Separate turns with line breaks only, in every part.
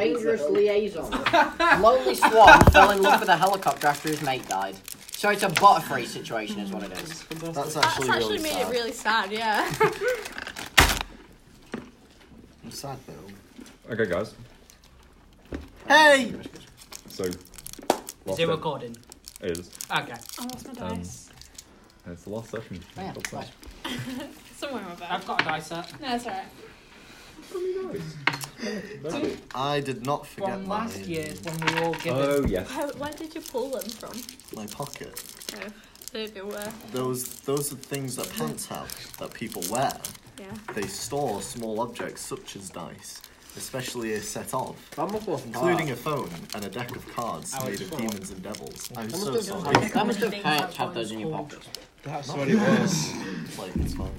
dangerous liaison. Lonely swan fell in love with a helicopter after his mate died. So it's a butterfree situation, is what it is.
That's
That's
actually
actually,
really
made
sad.
it really sad, yeah.
I'm sad though.
Okay, guys.
Hey!
So.
Is
last
it
se-
recording?
It is.
Okay.
I lost my
Um,
dice.
It's the last session.
Oh, yeah,
What's
right.
that?
Somewhere in my bag.
I've got a dice set.
No, it's alright.
Lovely.
I did not forget
From
my,
last year's when we were all given.
Oh, yes.
Where, where did you pull them from?
my pocket.
Oh, they, they were,
Those those are things that pants have that people wear.
yeah.
They store small objects such as dice, especially a set of,
That must have
including a phone and a deck of cards
I was
made of
sure.
demons and devils. I'm
That
so
must
sorry.
have, that must have had, had those in your pockets.
That's what it was.
Like it's fine.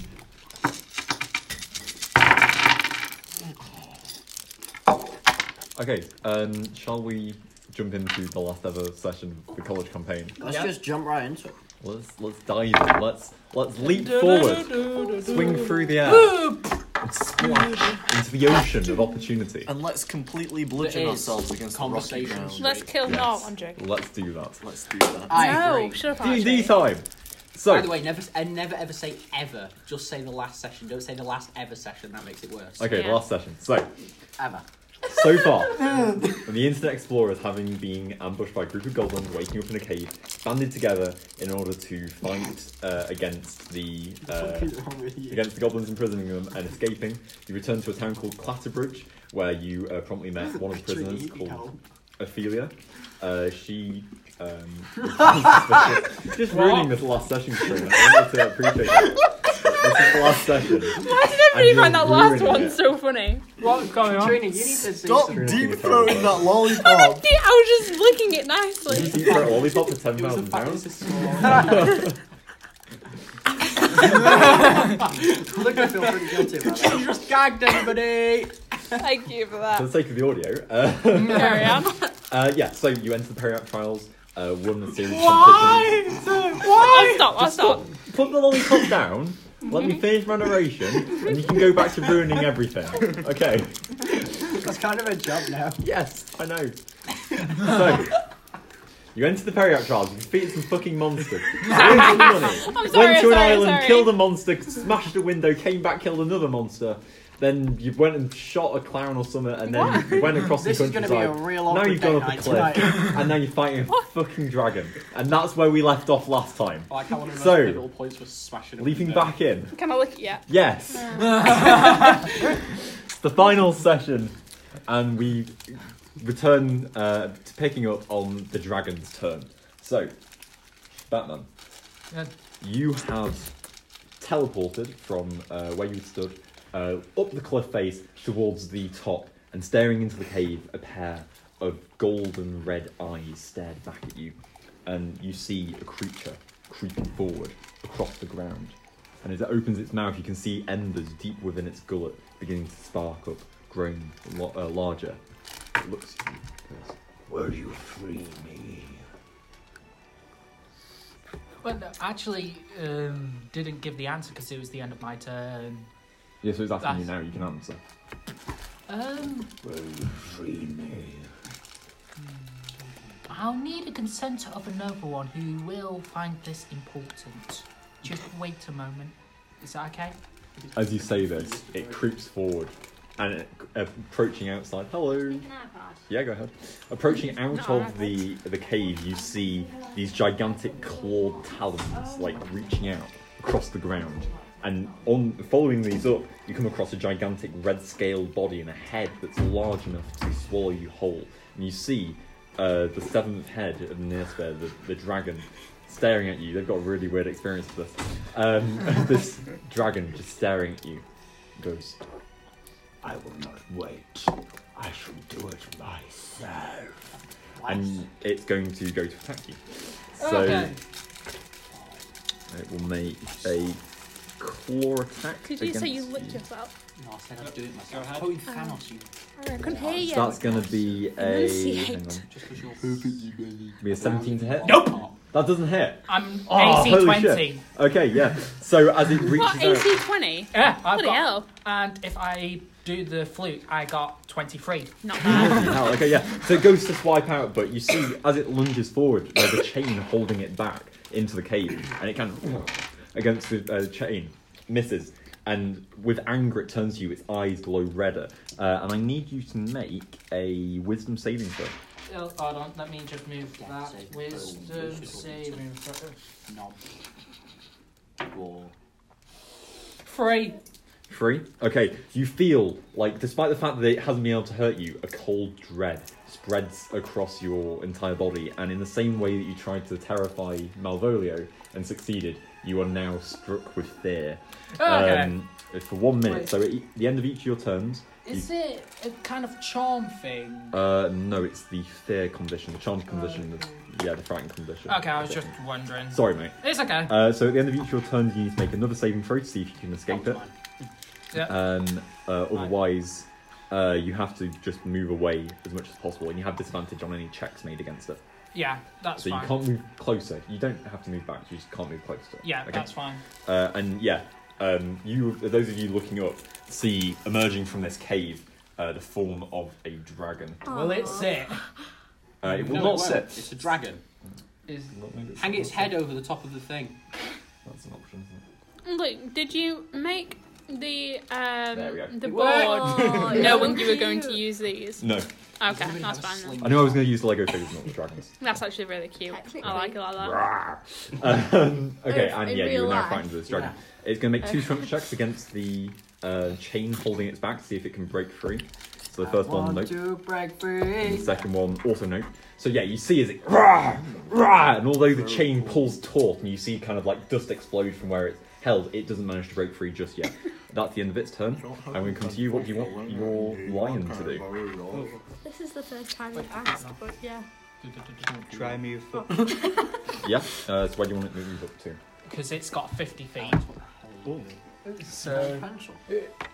Okay, um, shall we jump into the last ever session of the college campaign?
Let's
Yeah.
just jump right into it.
Let's let's dive in. Let's let's leap forward, swing through the air, and splash into the ocean of opportunity.
And let's completely bludgeon
is
ourselves against the rocky
conversation
ground.
straight.
Let's kill
Yes.
Noel. I'm joking.
Let's do that.
Let's do that.
I
no,
agree.
shut up.
D D
Archie.
time. So
By the way, never and never ever say ever. Just say the last session. Don't say the last ever session. That makes it worse.
okay,
Yeah.
the last session. So
Ever.
so far, the internet explorers, having been ambushed by a group of goblins waking up in a cave, banded together in order to fight uh, against the. Uh, against the goblins imprisoning them and escaping. You return to a town called Clatterbridge, where you uh, promptly met one of the prisoners called Ophelia. Uh, she um, was suspicious- just ruining this last session. Katrina. I wanted to appreciate it. This is the last
Why
session.
did everybody find
And you're
that last
ruining
one
it.
so funny?
What's going on?
Trina, you need to see
Stop
something.
deep
Really
throating
terrible.
that lollipop!
Yeah, I was just licking it nicely.
Did you eat for a lollipop for ten
It was a
thousand
fact.
pounds?
This is so-
I'm going to feel pretty guilty about that.
You just gagged everybody.
Thank you for
For
that.
the sake of the audio, uh,
Carry on.
uh, yeah. So you enter the Periac Trials, uh, won the series. competition.
Why?
I'll
Why?
stop. I'll stop.
Put the lollipop down. Let me finish my narration, and you can go back to ruining everything. Okay.
That's kind of a job now.
Yes, I know. so, you enter the Periac Trials, you defeat some fucking monsters. Win some money.
I'm sorry.
went
I'm
to an
sorry. I'm
island,
sorry.
killed a monster, smashed a window, came back, killed another monster. Then you went and shot a clown or something, and then you went across
This
the
is going to be
countryside.
a real
now
awkward
you've
date
gone up a
night
cliff,
tonight.
and now you're fighting a fucking dragon. And that's where we left off last time.
Like how one of the
So,
most pivotal points was smashing. a
Leaping
window.
back in.
Can I lick it yet?
Yes. it's the final session, and we return uh, to picking up on the dragon's turn. So, Batman,
Yeah.
you have teleported from uh, where you stood uh, up the cliff face towards the top, and staring into the cave, a pair of golden red eyes stared back at you, and you see a creature creeping forward across the ground. And as it opens its mouth, you can see embers deep within its gullet beginning to spark up, growing lo- uh, larger. It looks at you. and goes, Will you free me?
Well, no, actually, um, didn't give the answer because it was the end of my turn.
Yeah, so it's asking you
That's-
now. You can answer.
Um,
Will you free me?
I'll need a consent of another one who will find this important. Just wait a moment. Is that okay?
As you say this, it creeps forward and it, approaching outside. Hello. Yeah, go ahead. Approaching out of the the cave, you see these gigantic clawed talons like reaching out across the ground. And on following these up, you come across a gigantic red-scaled body and a head that's large enough to swallow you whole. And you see uh, the seventh head of Nersphere, the, the dragon, staring at you. They've got a really weird experience with this. Um, this dragon just staring at you goes,
I will not wait. I shall do it myself.
and it's going to go to attack you. So
Okay.
it will make a claw attack.
Did you say you
against
licked yourself? Oh,
No, I said I'd do it myself.
Go ahead.
Putting Thanos, you.
I couldn't hear you.
That's going to be a. Hang on.
Just because you're.
Be a 17 to hit.
Nope!
That doesn't hit.
I'm
Oh,
AC
holy
20.
shit. Okay, yeah. So as it reaches
What,
out,
AC 20?
Yeah, I've
Bloody
got.
hell.
And if I do the fluke, I got 23.
Not bad.
Hell, okay, yeah. So it goes to swipe out, but you see as it lunges forward, there's a chain holding it back into the cave, and it kind of against the uh, chain misses. And with anger, it turns to you. Its eyes glow redder, uh, and I need you to make a wisdom saving throw.
Oh, hold on, let me just move
Yeah,
that.
save.
Wisdom
Boom.
saving throw.
Knob. Wall.
Three.
Three. Okay, you feel like, despite the fact that it hasn't been able to hurt you, a cold dread spreads across your entire body, and in the same way that you tried to terrify Malvolio and succeeded, you are now struck with fear.
Oh, Okay.
Um, for one minute,
Wait.
so at e- the end of each of your turns,
Is it a kind of charm thing?
uh, no, it's the fear condition, the charmed condition, the, yeah, the frightened condition.
Oh, Okay, I was just wondering.
Sorry, mate.
It's okay.
Uh, so at the end of each of your turns, you need to make another saving throw to see if you can escape it.
Yeah.
Um, uh, otherwise, uh, you have to just move away as much as possible, and you have disadvantage on any checks made against it.
Yeah, that's
so
fine.
you can't move closer. You don't have to move back. You just can't move closer. to it.
Yeah,
Okay?
that's fine.
Uh, and yeah, um, you those of you looking up see emerging from this cave uh, the form of a dragon.
Will it sit?
Uh, it will
No, it
not
won't.
sit.
It's a dragon.
Is
Hang its head over the top of the thing.
That's an option. Isn't it?
Look, did you make the um
There we go.
the board
It
Oh,
worked.
knowing you were
Cute.
going to use these?
No,
Okay, that's fine. Then.
I knew I was going to use the Lego figures, not the dragons.
That's actually really cute. I like it like that.
Rawr. um, okay,
If
and
in
yeah,
real
you're now
life.
fighting with this dragon. It's going to make two strength checks against the uh, chain holding its back, see if it can break free. So the first one, nope.
to break
The
free.
second one, also nope. So yeah, you see as it rah, rah, and although the chain pulls taut and you see kind of like dust explode from where it's held, it doesn't manage to break free just yet. That's the end of its turn. I'm going to come to you. What do you want your lion to do?
do?
This is the first time I've asked, but yeah.
Try me for
Yeah. Uh, so where do you want it to move up to?
Because it's got 50 feet.
That's what the hell you-
So.
Pencil.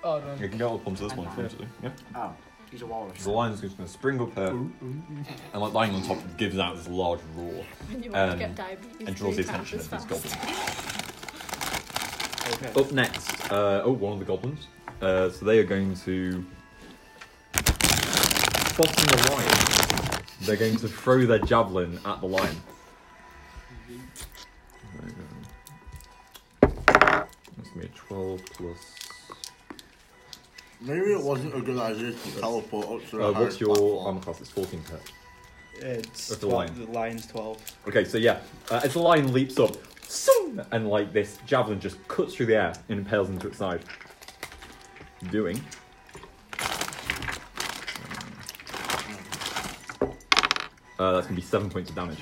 Hold on.
You can go up onto this one
one
first. Yeah.
Oh, he's a walrus.
The lion's just gonna spring up her, and like lying on top, gives out this large roar
You
want to Um, get
diabetes.
and draws the attention of these goblins. Up next, uh, oh, one of the goblins. Uh, so they are going to spotting the lion. They're going to throw their javelin at the lion. That's gonna be a twelve plus. uh,
Maybe it wasn't a good idea to teleport up to
Uh,
the
what's
highest
your
platform.
armor class? It's fourteen per.
it's
Of the
12,
lion.
The lion's twelve.
Okay, so yeah, uh, as the lion leaps up, zoom, and like this javelin just cuts through the air and impales into its side. Doing. Uh, that's gonna be seven points of damage,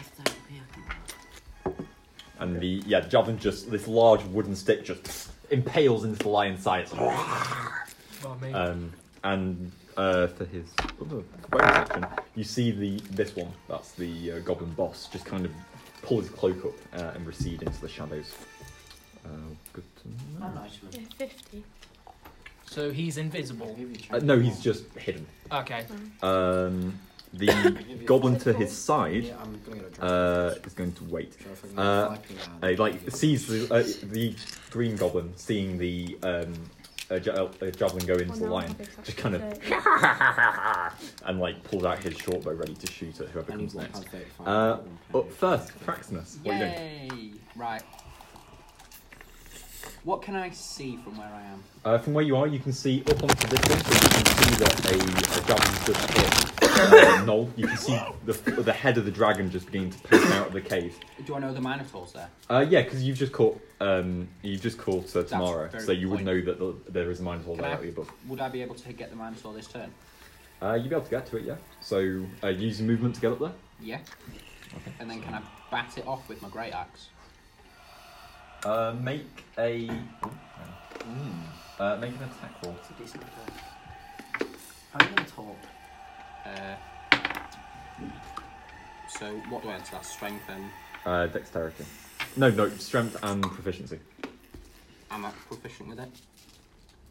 and the yeah javelin just this large wooden stick just impales into the lion's side, um, and uh, for his other bonus action, you see the this one that's the uh, goblin boss just kind of pull his cloak up uh, and recede into the shadows. Uh, good to know.
Oh, nice one.
Fifty.
So he's invisible.
Give you a chance.
Uh, no, he's just hidden.
Okay.
Um, the goblin to his side
I'm gonna get a drink.
uh, is going to wait.
So if I can
uh,
get a flappy hand.
Uh, he, like sees the, uh, the green goblin seeing the um, uh, ja- uh, javelin go into
Oh,
the lion, just kind of and like pulls out his short bow ready to shoot at whoever
I need
comes
one
next.
pound thirty-five.
Uh, up first, Praxinus. What are you doing?
Yay! Right. What can I see from where I am?
Uh, from where you are, you can see up onto this one, so you can see that a, a dragon's just hit uh, Noel. You can see the, the head of the dragon just beginning to poke out of the cave.
Do I know the minotaurs there?
Uh, yeah, because you've just caught um, you've just caught uh, tomorrow,
very
so you would
good
know that the, there is a mine hole
Can I-
there. But
Would I be able to get the minotaur this turn?
uh, you'd be able to get to it, yeah. So uh, use your movement to get up there.
Yeah. And then can I bat it off with my great axe?
Uh, make a uh, make an attack roll.
It's a decent play. I'm gonna talk.
Uh, so what do I enter? That's strength and
Uh, dexterity. No, no, strength and proficiency.
am I proficient with it?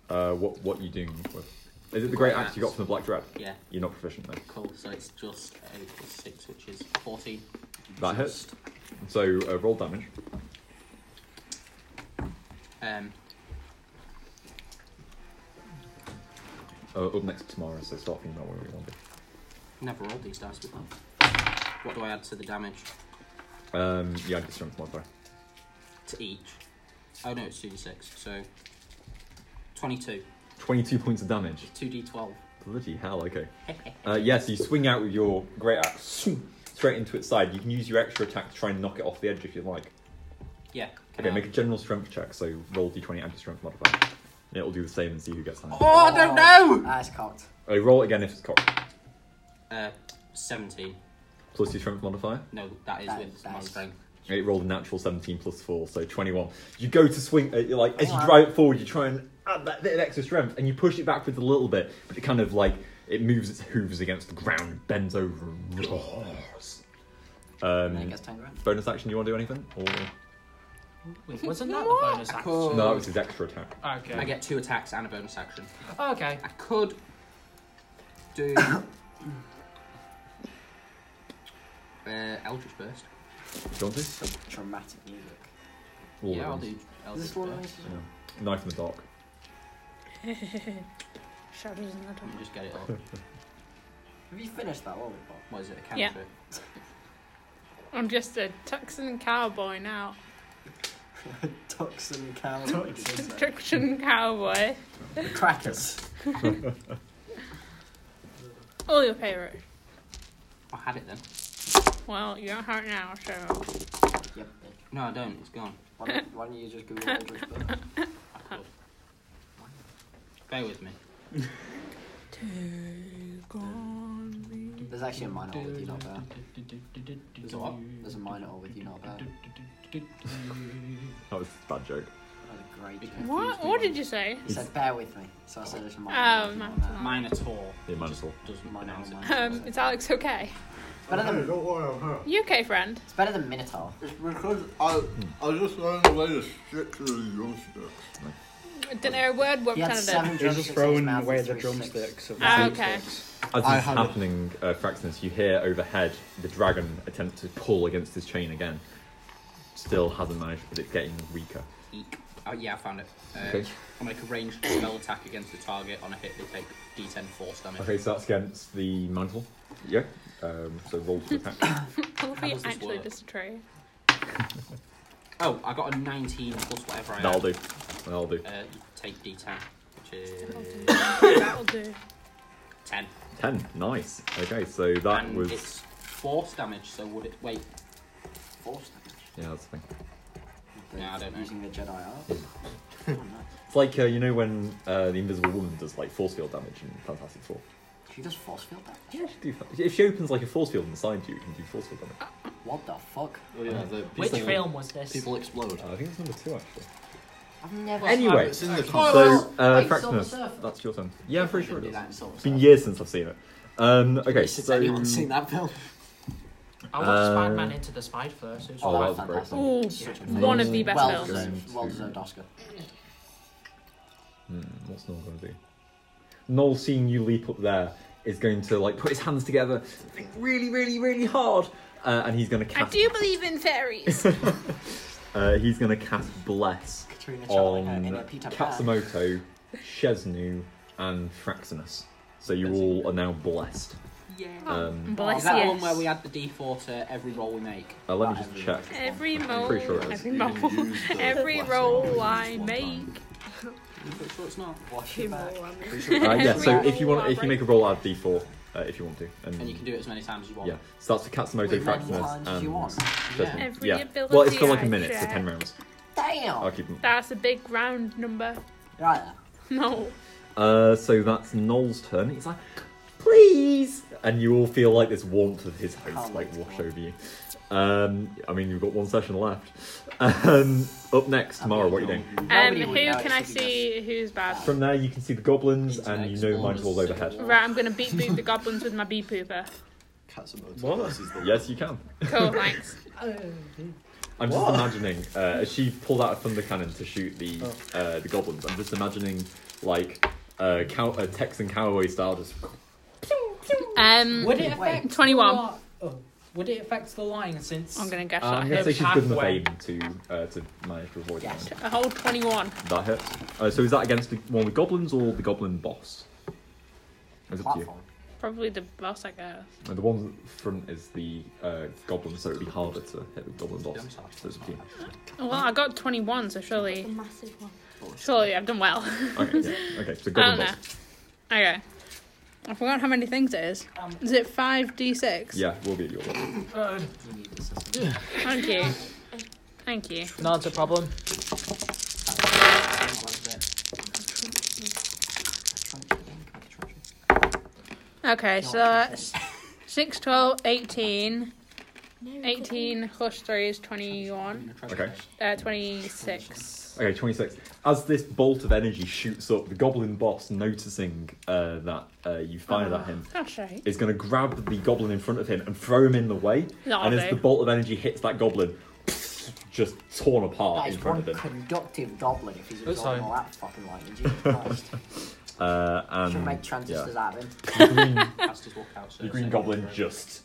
Uh, what what you doing with? Is it the great axe you got from the black dread?
Yeah.
You're not proficient there.
Cool. So it's just a plus six, which is fourteen.
That hits. So uh, roll damage.
Um.
Uh, up next tomorrow, so start thinking about where we want to be.
Never rolled these dice before. What do I add to the damage?
Um, yeah, I get strength modifier.
To each? Oh no, it's 2d6, so. 22.
22 points of damage.
2d12.
Bloody hell, okay. Uh, yeah, so you swing out with your great axe swoop, straight into its side. You can use your extra attack to try and knock it off the edge if you like.
Yeah. can
Okay,
I-
Um,
make a general strength check, so roll d20 and your strength modifier. And it'll do the same and see who gets higher.
Oh, I don't know!
That's Ah, cocked.
Uh, roll again if it's cocked.
Uh, 17.
Plus your strength modifier.
No, that is
That-
with
that
my
is-
strength.
It rolled a natural 17 plus 4, so 21. You go to swing, uh, you're like as you drive it forward, you try and add that bit of extra strength, and you push it backwards a little bit, but it kind of like, it moves its hooves against the ground, bends over, and roars.
And then it
Um,
gets 10 grand.
bonus action, you want to do anything? Or...
Wait, wasn't that the bonus action?
Cool.
No, it was his extra attack.
Okay.
I get two attacks and a bonus action.
Okay.
I could do. uh, Eldritch Burst.
Do you want to?
Some dramatic music.
All
yeah,
of
I'll
them.
do
Is
Eldritch
this one of
Burst.
these?
Knife in the dark.
Shadows in the
Let me
dark.
just get it up.
Have you finished that lollipop?
What is it? A
Yeah.
cantrip?
I'm just a Texan cowboy now.
Tux and cow.
Texan cowboy.
Crackers.
All your favourite.
I had it then.
Well, you don't have it now, so.
Yep.
No, I don't. It's gone.
Why don't, why don't you just Google Aldrich Burke?
I could. Bear with me.
There's actually a minor hole with you not there.
There's a what?
There's a minor hole with you not there.
That was a bad joke.
That was a great joke.
What? What did you say?
He said, bear with me. So I said, there's a minor
Oh,
hole with you not
minor
there.
Minotaur.
Yeah, Minotaur.
Doesn't
Minor
pronounce
hole,
it.
minor hole.
Um, is Alex okay?
It's better than,
don't worry, I'm hurt.
UK friend.
it's better than Minotaur.
It's because I I just learned a way to stick to the drumsticks.
Didn't hear a word what
He had
Tanner did.
seven
They're just
drumsticks in his
throwing
mouth and
away the
threw six.
drumsticks. of
Ah,
the
okay.
drumsticks.
As
I
this is
had a-
happening, uh, Fraxinus, you hear overhead the dragon attempt to pull against his chain again. Still hasn't managed, but it's getting weaker.
Eek. Oh, yeah, I found it. Uh,
Okay.
I'm going to make a ranged spell attack against the target. On a hit, they take d10 force damage.
Okay, so that's against the mantle. Yeah. Um, so roll to attack.
I love
How
you
does this
actually
work?
just a tree.
Oh, I got a 19 plus whatever I
That'll
had.
do. That'll do.
Uh, you take d10, which is
That'll do.
10.
Ten. Nice. Okay, so that
and
was.
it's force damage, so would it. Wait,
Force damage.
Yeah, that's the thing.
They're
Nah, I don't know.
Using the Jedi art. Oh, nice.
It's like uh, you know when uh, the Invisible Woman does like force field damage in Fantastic Four.
She does force field damage?
Yeah, she do. fa- If she opens like a force field inside you, you can do force field damage.
What the fuck?
Oh, yeah, the
Which
people-
film was this?
People explode.
Uh, I think it's number two actually.
I've never.
Anyway.
it's in the
So, uh,
Hey, Silver Surfer.
Fraxinus, that's your turn. Yeah, I'm pretty sure it
Didn't do
is.
that in Silver
It's been
Surfer.
years since I've seen it. Um, okay,
Since
so
anyone's seen that film.
I watched
Uh,
Spider-Man Into the Spider-Verse. It was
Oh,
really
that
that's
was a great
fantastic.
Ooh,
Such a-
one of the best
well
films.
Deserved, well deserved Oscar.
Hmm, what's Noel going to do? Noel, seeing you leap up there, is going to like put his hands together, think really, really, really hard, uh, and he's going to
I
cast.
do believe in fairies.
Uh, he's going to cast bless
Katrina Channeling her
on
inner uh, Peter Pan.
Katsumoto, Shesnu, and Fraxinus. So you all are now blessed.
yeah.
Oh,
Um,
Is
Bless
that
yes.
the one where we add the d4 to every roll we make?
uh, let me
Not
just
everyone.
check.
Every roll,
pretty sure it is.
every roll, every roll I make.
I'm pretty sure it's not.
Wash
Every
your back.
roll I make.
Uh, yeah.
Every
So if you
roll
want,
I
if you
make.
make a roll, add d4 uh, if you want to.
And you can do it as many times as you want.
Yeah. So that's for Katsumoto,
As many
Fraxinus,
times as you
and
want.
Shesnu.
Yeah.
Every
yeah.
ability
Well, it's for like
I
a minute, so
check.
ten rounds.
Damn!
I'll keep them.
That's a big round number.
Right there.
No.
Uh, so that's Noel's turn. He's like, please! And you all feel like this warmth of his host
Can't
like
wait.
wash over you. Um, I mean, you've got one session left. Um, up next tomorrow, what are you doing?
Um,
Nobody
who
would know
can I
except you
see who's bad?
From there, you can see the goblins,
Internet
and you know mine's all
Explorer's
overhead.
Civil
Right, I'm gonna beat boop the goblins with my bee pooper.
Katsumoto
What?
versus the
Yes, you can.
Cool, thanks.
I'm just imagining uh, as she pulled out a thunder cannon to shoot the uh, the goblins. I'm just imagining like uh, cow- uh, Texan cowboy style, just
Um,
Would it affect
Wait.
the
21.
li- oh, would it affect the line since?
I'm gonna guess
Uh, I'm
that
going to say
hits.
she's good enough
halfway.
aim to uh, to manage to avoid
Yes.
that.
A whole 21.
That hits. Uh, so is that against the one with goblins or the goblin boss? It's up to you.
Platform.
Probably the boss, I guess.
And the one at the front is the uh, goblin, so it'd be harder to hit with goblin boss. So it's up to you.
Well, Oh, I got 21, so surely,
massive one.
surely I've done well.
Okay, yeah. okay. So
I
goblin
don't know.
boss.
Okay. I forgot how many things it is.
Um,
Is it 5d6?
Yeah, we'll get your one.
uh,
Thank you. Thank you.
not a problem.
Okay, so that's 6, 12, 18. 18 plus 3 is 21.
Okay.
Uh, 26.
Okay, 26. As this bolt of energy shoots up, the goblin boss, noticing uh, that uh, you fired at him,
That's right.
is going to grab the goblin in front of him and throw him in the way.
That'll
and as
do.
the bolt of energy hits that goblin, just torn apart
That
in
is
front
one
of him.
conductive goblin if he's
That's
absorbing
fine.
all that fucking light. Jesus Christ.
Uh,
Should
and
make transistors out of him.
the green,
Past his walk out, so
the green
so-
goblin just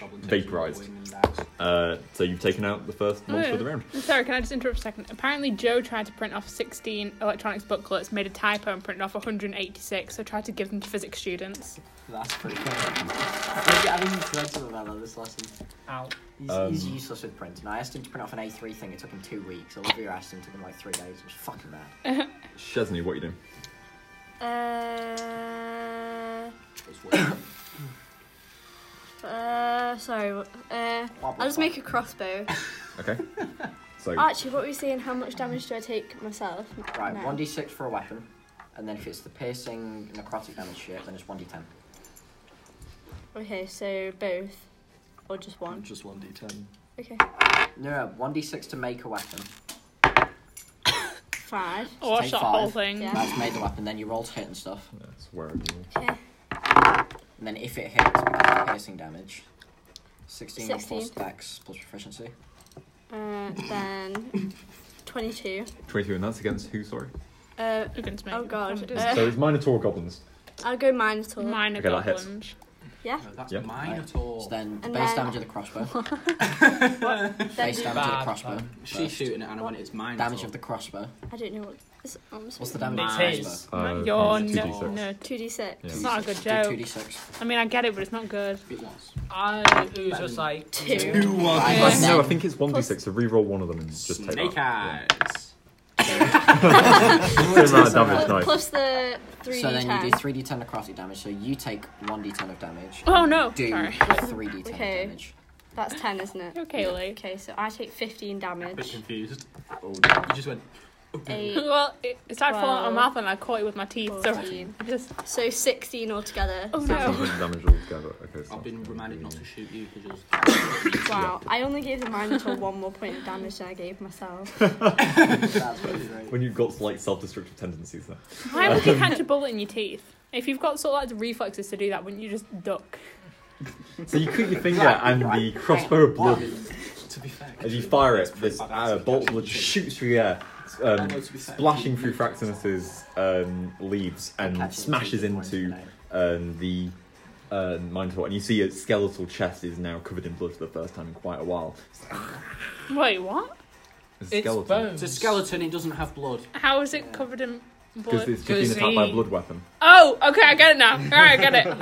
Goblin takes
vaporized.
wing and dies.
Uh, so you've taken out the first monster of the round.
I'm sorry, can I just interrupt a second? Apparently, Joe tried to print off 16 electronics booklets, made a typo, and printed off 186, so tried to give them to physics students.
That's pretty cool. I think he dreads about that this lesson.
Ow.
He's,
Um,
he's useless with printing. I asked him to print off an A3 thing. It took him two weeks. Olivia asked him. It took him like three days. It was fucking mad.
Chesney, what are you doing?
Uh,
It's wing.
uh, sorry. what-
Blah,
Uh,
blah,
I'll just
blah.
make a crossbow.
Okay. So
Actually, what were we saying? How much damage do I take myself?
Right,
now?
1d6 for a weapon, and then if it's the piercing, necrotic damage shit, then it's 1d10.
Okay, so both. Or just one.
Just one d10.
Okay.
No, no, 1d6 to make a weapon.
Five.
Or
Take
watch that whole
five.
thing.
Yeah.
That's made the weapon, then you roll to hit and stuff.
that's where you
Okay.
And then if it hits, because of piercing damage. 16,
16.
plus dex plus proficiency.
Uh, then 22.
22, and that's against who? Sorry.
Uh,
Against me.
oh god.
Just-
Uh,
So it's Minotaur goblins.
I'll go Minotaur.
Minor
Okay, that hits.
goblins.
yeah.
No, that's
Yeah.
mine
Right.
at all.
So then the
And
base
then-
damage of the crossbow. base damage of the
Bad,
crossbow.
She's
first.
shooting it, and I went, it's mine.
Damage
at
of the crossbow.
I don't know what. It's, um,
What's the damage of
It
the
is.
crossbow?
Uh,
You're
it's
no,
2d6.
no.
2d6.
It's not a good
Do
joke.
2d6.
I mean, I get it, but it's not good.
all. It was.
I it was just like
Two.
Right,
Yeah.
No, I
then-
think it's 1d6, so re-roll one of them and just take
Snake
that.
eyes.
Yeah. Same amount of damage, nice.
Plus, plus the 3d10.
So then you do 3d10 necrotic damage, so you take 1d10 of damage.
Oh no!
Do
Sorry.
3d10 of
Okay.
damage.
That's 10, isn't it?
Okay, Lee.
Okay, so I take 15 damage.
confused.
Oh,
You just went.
Eight,
Well, it, it started falling out
Twelve.
my mouth and I caught it with my teeth,
Fourteen.
so I just
so 16 altogether.
Oh,
So-
no.
Seven damage altogether. Okay, so
I've been
that's
reminded
gonna be-
not to shoot you because you're.
Wow, I only gave the Minotaur one more point of damage than I gave myself.
That's pretty great.
When you've got like self-destructive tendencies, there.
Why would you catch a bullet in your teeth? If you've got sort of like the reflexes to do that, wouldn't you just duck?
So you cut your finger and the crossbow of blood.
To be fair.
As you fire it, this uh, bolt of blood just shoots through the air, um, splashing through Fraxinus's um, leaves and
Catching
smashes
two points
into
today.
um, the uh, Minotaur. And you see its skeletal chest is now covered in blood for the first time in quite a while.
Wait, what?
It's a
it's
skeleton.
bones.
It's a skeleton, it doesn't have blood.
How is it covered in
Because
blood?
it's just been
Because
attacked by a
he-
blood weapon.
Oh, okay, I get it now. Alright, I get it.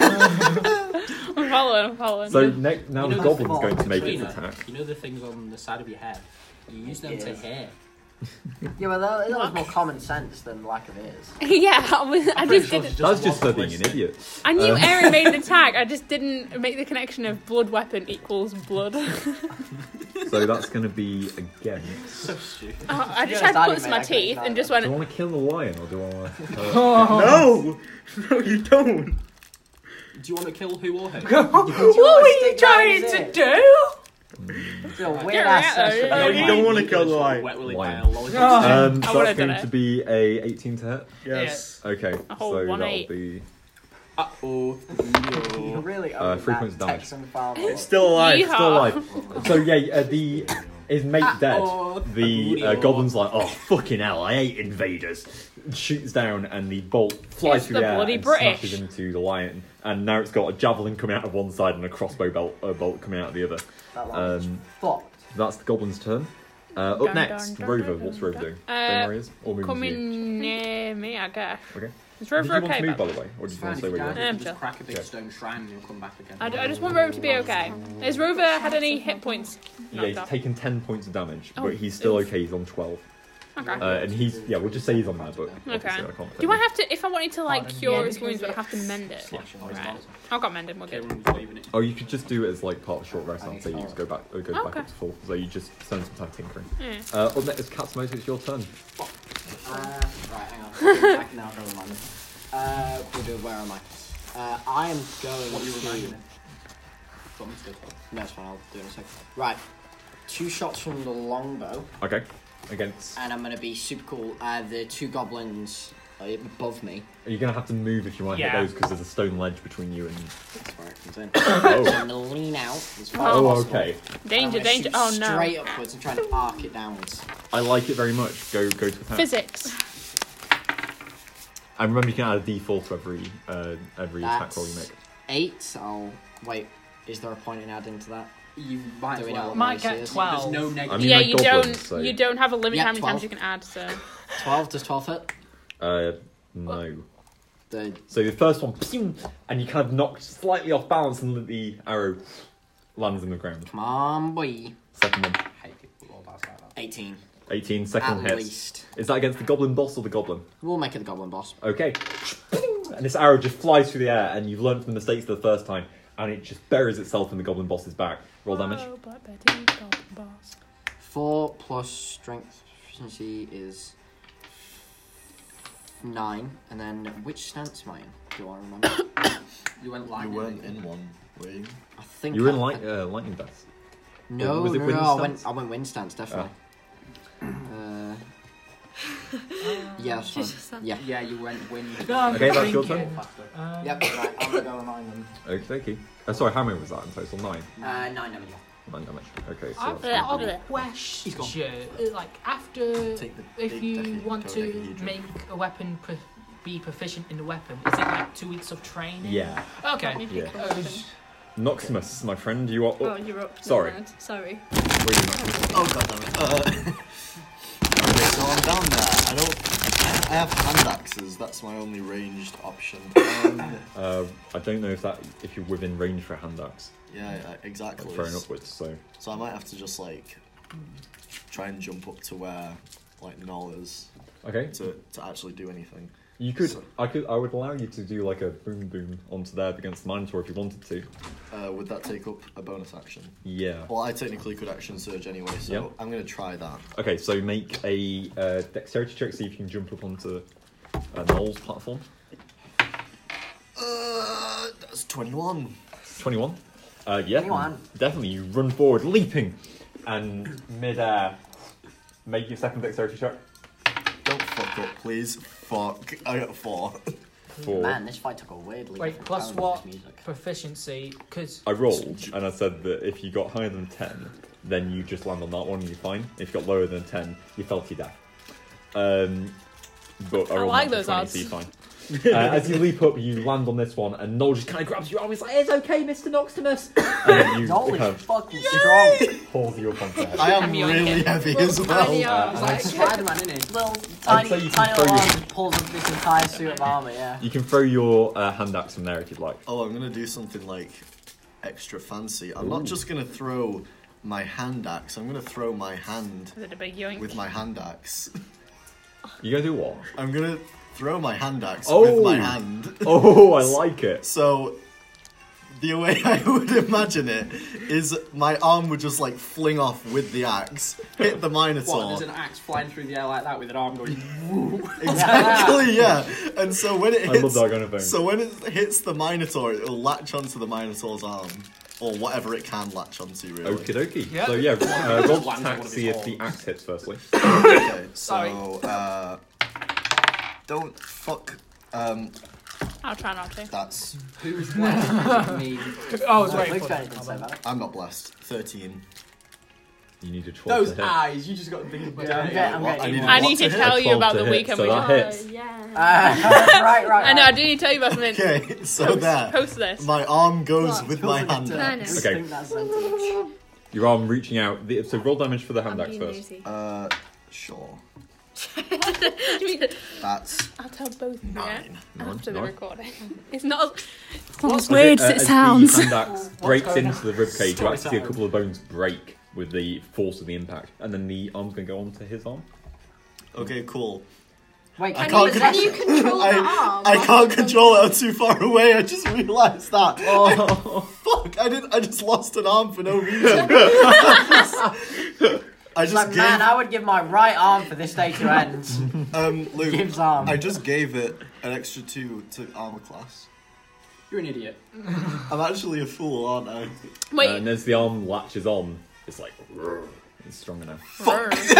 I'm following, I'm following.
So ne- now
You know
the
the
goblin's
football
going to make its
Katrina,
attack.
You know the things on the side of your head? You use them to
Yeah.
hair.
Yeah, well, that, that was more common sense than lack of ears.
yeah, I, was, I just didn't.
That's just her being an idiot.
I knew
Uh.
Aaron made an attack, I just didn't make the connection of blood weapon equals blood.
So that's going to be again.
So stupid.
Oh, I just
Yeah,
had to
Daddy
put it to
made
my
that great
teeth and
night.
just
Do I
went,
want to kill the lion or do I want to?
Oh,
No, no, you don't.
Do you want to kill who or who?
What
What were you trying to do?
It's a weird
Get
ass
out of
session.
here.
No, you don't want to kill the lion.
Wet willy
Lion.
pale
Oh,
lollipop.
Um,
I
so
would've
that's
done
going
it.
to be a 18 to hit.
Yes.
Okay,
A whole
so
one
that'll
eight.
be
Uh-oh.
You're
Oh, No.
really
Uh,
over
three
that
points damage.
Texan farm.
It's still alive.
Yeehaw.
still alive. So yeah, uh, the his mate dead.
Uh-oh.
The uh,
Uh-oh.
goblin's like, oh fucking hell, I hate invaders. Shoots down and the bolt flies
It's
through
the
the, air
bloody
and
British.
smashes into the lion. And now it's got a javelin coming out of one side and a crossbow belt uh, bolt coming out of the other.
That line's
Um,
fucked.
that's the goblin's turn. Uh, up
Dun,
next,
dun, dun,
Rover.
dun,
What's
dun,
Rover doing?
dun.
Same
Uh,
areas or moving to you?
Coming near me, I guess.
Okay.
Is
Did
Rover
you want
okay? Uh,
to move, by
about
the way, or did you want to stay where you
Yeah,
are?
I'm
just
chill.
crack a big
Okay.
stone shrine and you'll come back again.
that? I, d- I just want Rover to be okay. Has Rover had any hit points?
Yeah, he's
knocked off?
taken ten points of damage,
Oh,
but he's still
oof.
okay. He's on twelve,
Okay.
uh, and he's yeah. We'll just say he's on that, but
Okay.
obviously I can't.
Do I have to, if I wanted to like
Pardon?
cure
Yeah,
his
because
wounds, would I
it's-
have to mend it?
Yeah.
Right. I've got mended, we're good.
Everyone was leaving it.
Oh, you could just do it as like part of short rest and say you just go back, or go back
Okay.
up to full. So you just spend some time tinkering.
Yeah.
Uh, up next is Katsumoto. It's your turn.
Uh, right, hang on. I can now go remind me. Uh, we'll do, where am I? Uh, I am going
What you
to...
reminding him? Got me to go.
No, it's fine, I'll do it in a second. Right, two shots from the longbow,
Okay. Against.
and I'm going to be super cool. Uh, the two goblins uh, above me.
You're gonna have to move if you want to
Yeah.
hit those because there's a stone ledge between you and.
That's where it comes in. so
Oh.
I'm going to lean out as far
oh,
as possible.
okay.
and I'm
Danger,
gonna
danger.
shoot
Oh no.
Straight upwards and try and arc it downwards.
I like it very much. Go, go to attack.
Physics.
And remember, you can add a D4 to every uh, every attack roll you
That's
make.
Eight. So I'll wait. Is there a point in adding to that?
You might
Do
as
we know
well.
what
Might
my AC
get
is?
12.
There's no negative.
I mean,
yeah,
like
you
goblins,
don't
so-
you don't have a limit
Yeah,
how many
12.
times you can add, so
Twelve. Does twelve hit?
Uh, no.
The
So the first one, pew, and you kind of knocked slightly off balance, and the arrow lands in the ground.
come on, Um, boy.
Second one,
I hate people who roll dice like that.
Eighteen.
18, second
At
hit.
least.
Is that against the goblin boss or the goblin?
We'll make it the goblin boss.
Okay. And this arrow just flies through the air, and you've learned from the mistakes of the first time, and it just buries itself in the goblin boss's back. Roll damage.
Oh, but Betty, goblin boss.
Four plus strength efficiency is nine. And then which stance am I in? Do I remember?
You went
You
lightning.
weren't in one, were you?
I think
You're
I-
in light, uh, lightning death.
No,
was it
no,
wind
no. I
stance?
went. I went wind stance definitely. Uh, yeah, that's fine. Yeah.
Yeah, you went win.
Okay, that's your turn.
Um,
Yep. Right, I'm gonna go remind them.
Okay, thank Uh, sorry, how many was that in total? Nine.
Uh, nine damage.
Nine damage. Okay, so
I've
that's fine.
got
Bleh,
a
bleh.
question.
gone.
Uh, Like after,
Take the
if
big
you
deca-
want to
dodecahedron.
make a weapon pro- be proficient in the weapon, is it like two weeks of training?
Yeah.
Okay.
Yeah.
Uh,
Noximus, my friend, you are up.
Oh, you're up.
Sorry.
Never mind. Sorry.
Were you Noximus?
Oh god damn it. Uh, okay, so I'm down there. I don't. I have hand axes. That's my only ranged option. Um,
Uh, I don't know if that if you're within range for a hand axe,
yeah, yeah, exactly.
like thrown upwards. So
So I might have to just like try and jump up to where like Null is
okay,
to, to actually do anything.
you could
So-
I could I would allow you to do like a boom boom onto there against the Minotaur if you wanted to.
Uh, would that take up a bonus action?
Yeah.
Well, I technically could action surge anyway, so
Yeah.
I'm gonna try that.
Okay, so make a uh, dexterity check see if you can jump up onto uh, Noel's platform.
Uh, that's 21.
Twenty-one. Uh, yeah,
21.
definitely. You run forward, leaping, and midair. Make your second dexterity check.
Don't fuck up, please. Fuck. I got four.
Four.
Man, this fight took a weirdly.
wait,
different
plus
turn with
what
this music.
proficiency? Because
I rolled and I said that if you got higher than 10, then you just land on that one and you're fine. If you got lower than 10, you fell to your death. Um, but I,
I
rolled
like
natural
those
20,
odds.
So you're fine. Uh, as you leap up, you land on this one, and Noel just kind of grabs your arm. He's like, "It's okay, Mister Noximus." And then you
Noel
kind
is
of
fucking strong.
pulls you up onto the head.
I am
Heavy on
really
him.
heavy as well.
Uh, and
Spider-Man, innit? Little
say
tiny,
you can
tiny
throw
little
your-
arm pulls up this entire suit of armor. Yeah.
you can throw your uh, hand axe from there if you'd like.
Oh, I'm gonna do something like extra fancy. I'm not just gonna throw my hand axe. I'm gonna throw my hand
Is it a big yoink?
with my hand axe.
You gonna do what?
I'm gonna throw my hand axe
Oh.
with my hand.
Oh, I like it.
So the way I would imagine it is my arm would just like fling off with the axe, hit the
What? There's
minotaur.
an axe flying through the air like that with an arm going.
Exactly, yeah. And so when it
I
hits
love that kind of thing.
So when it hits the minotaur, it'll latch onto the minotaur's arm. Or whatever it can latch onto, really.
Okie dokie.
Yeah.
So yeah, uh, roll to
Lands on one
attack.
of
See
his
if the axe hits firstly.
Okay,
Sorry.
so uh, don't fuck. Um,
I'll try not to.
that's
Who was left? Me.
oh, it's
No,
very
Luke's got
funny.
anything to say about it.
I'm not blessed. Thirteen.
You need a twelve
Those
to hit.
eyes. You just got the thing.
I'm getting, I'm
What?
getting.
I
emails.
I
What
need to
to hit?
tell you
12
about
to
the
hit,
weekend
so
we
that
got.
hits.
Uh, yeah.
Ah, right, right.
I know, I
right.
do need to tell you about something.
Okay, so
Post,
there.
post this.
My arm goes
What?
with my hand.
I know.
Okay.
We think that's sentence.
Your arm reaching out. The, so roll damage for the hand axe first.
Uh, sure. That's
I'll tell both of you
Nine.
after the
Nine.
recording. It's not as, it's not
What's
as weird as it sounds.
uh, The Andax breaks
going
into the ribcage, you
Sorry,
actually see a
Sam.
couple of bones break with the force of the impact, and then the arm's going to go onto his arm.
okay. Cool.
Wait,
I
can
can't
you-
control.
you control the
I,
arm?
I can't control it. I'm too far away. I just realised that. Oh fuck! I did. not I just lost an arm for no reason. I just
Like,
gave
man, I would give my right arm for this day to end.
um Luke.
Gives arm.
I just gave it an extra two to armor class.
You're an idiot.
I'm actually a fool, aren't I?
Wait,
Uh, And as the arm latches on, it's like, it's stronger now.
This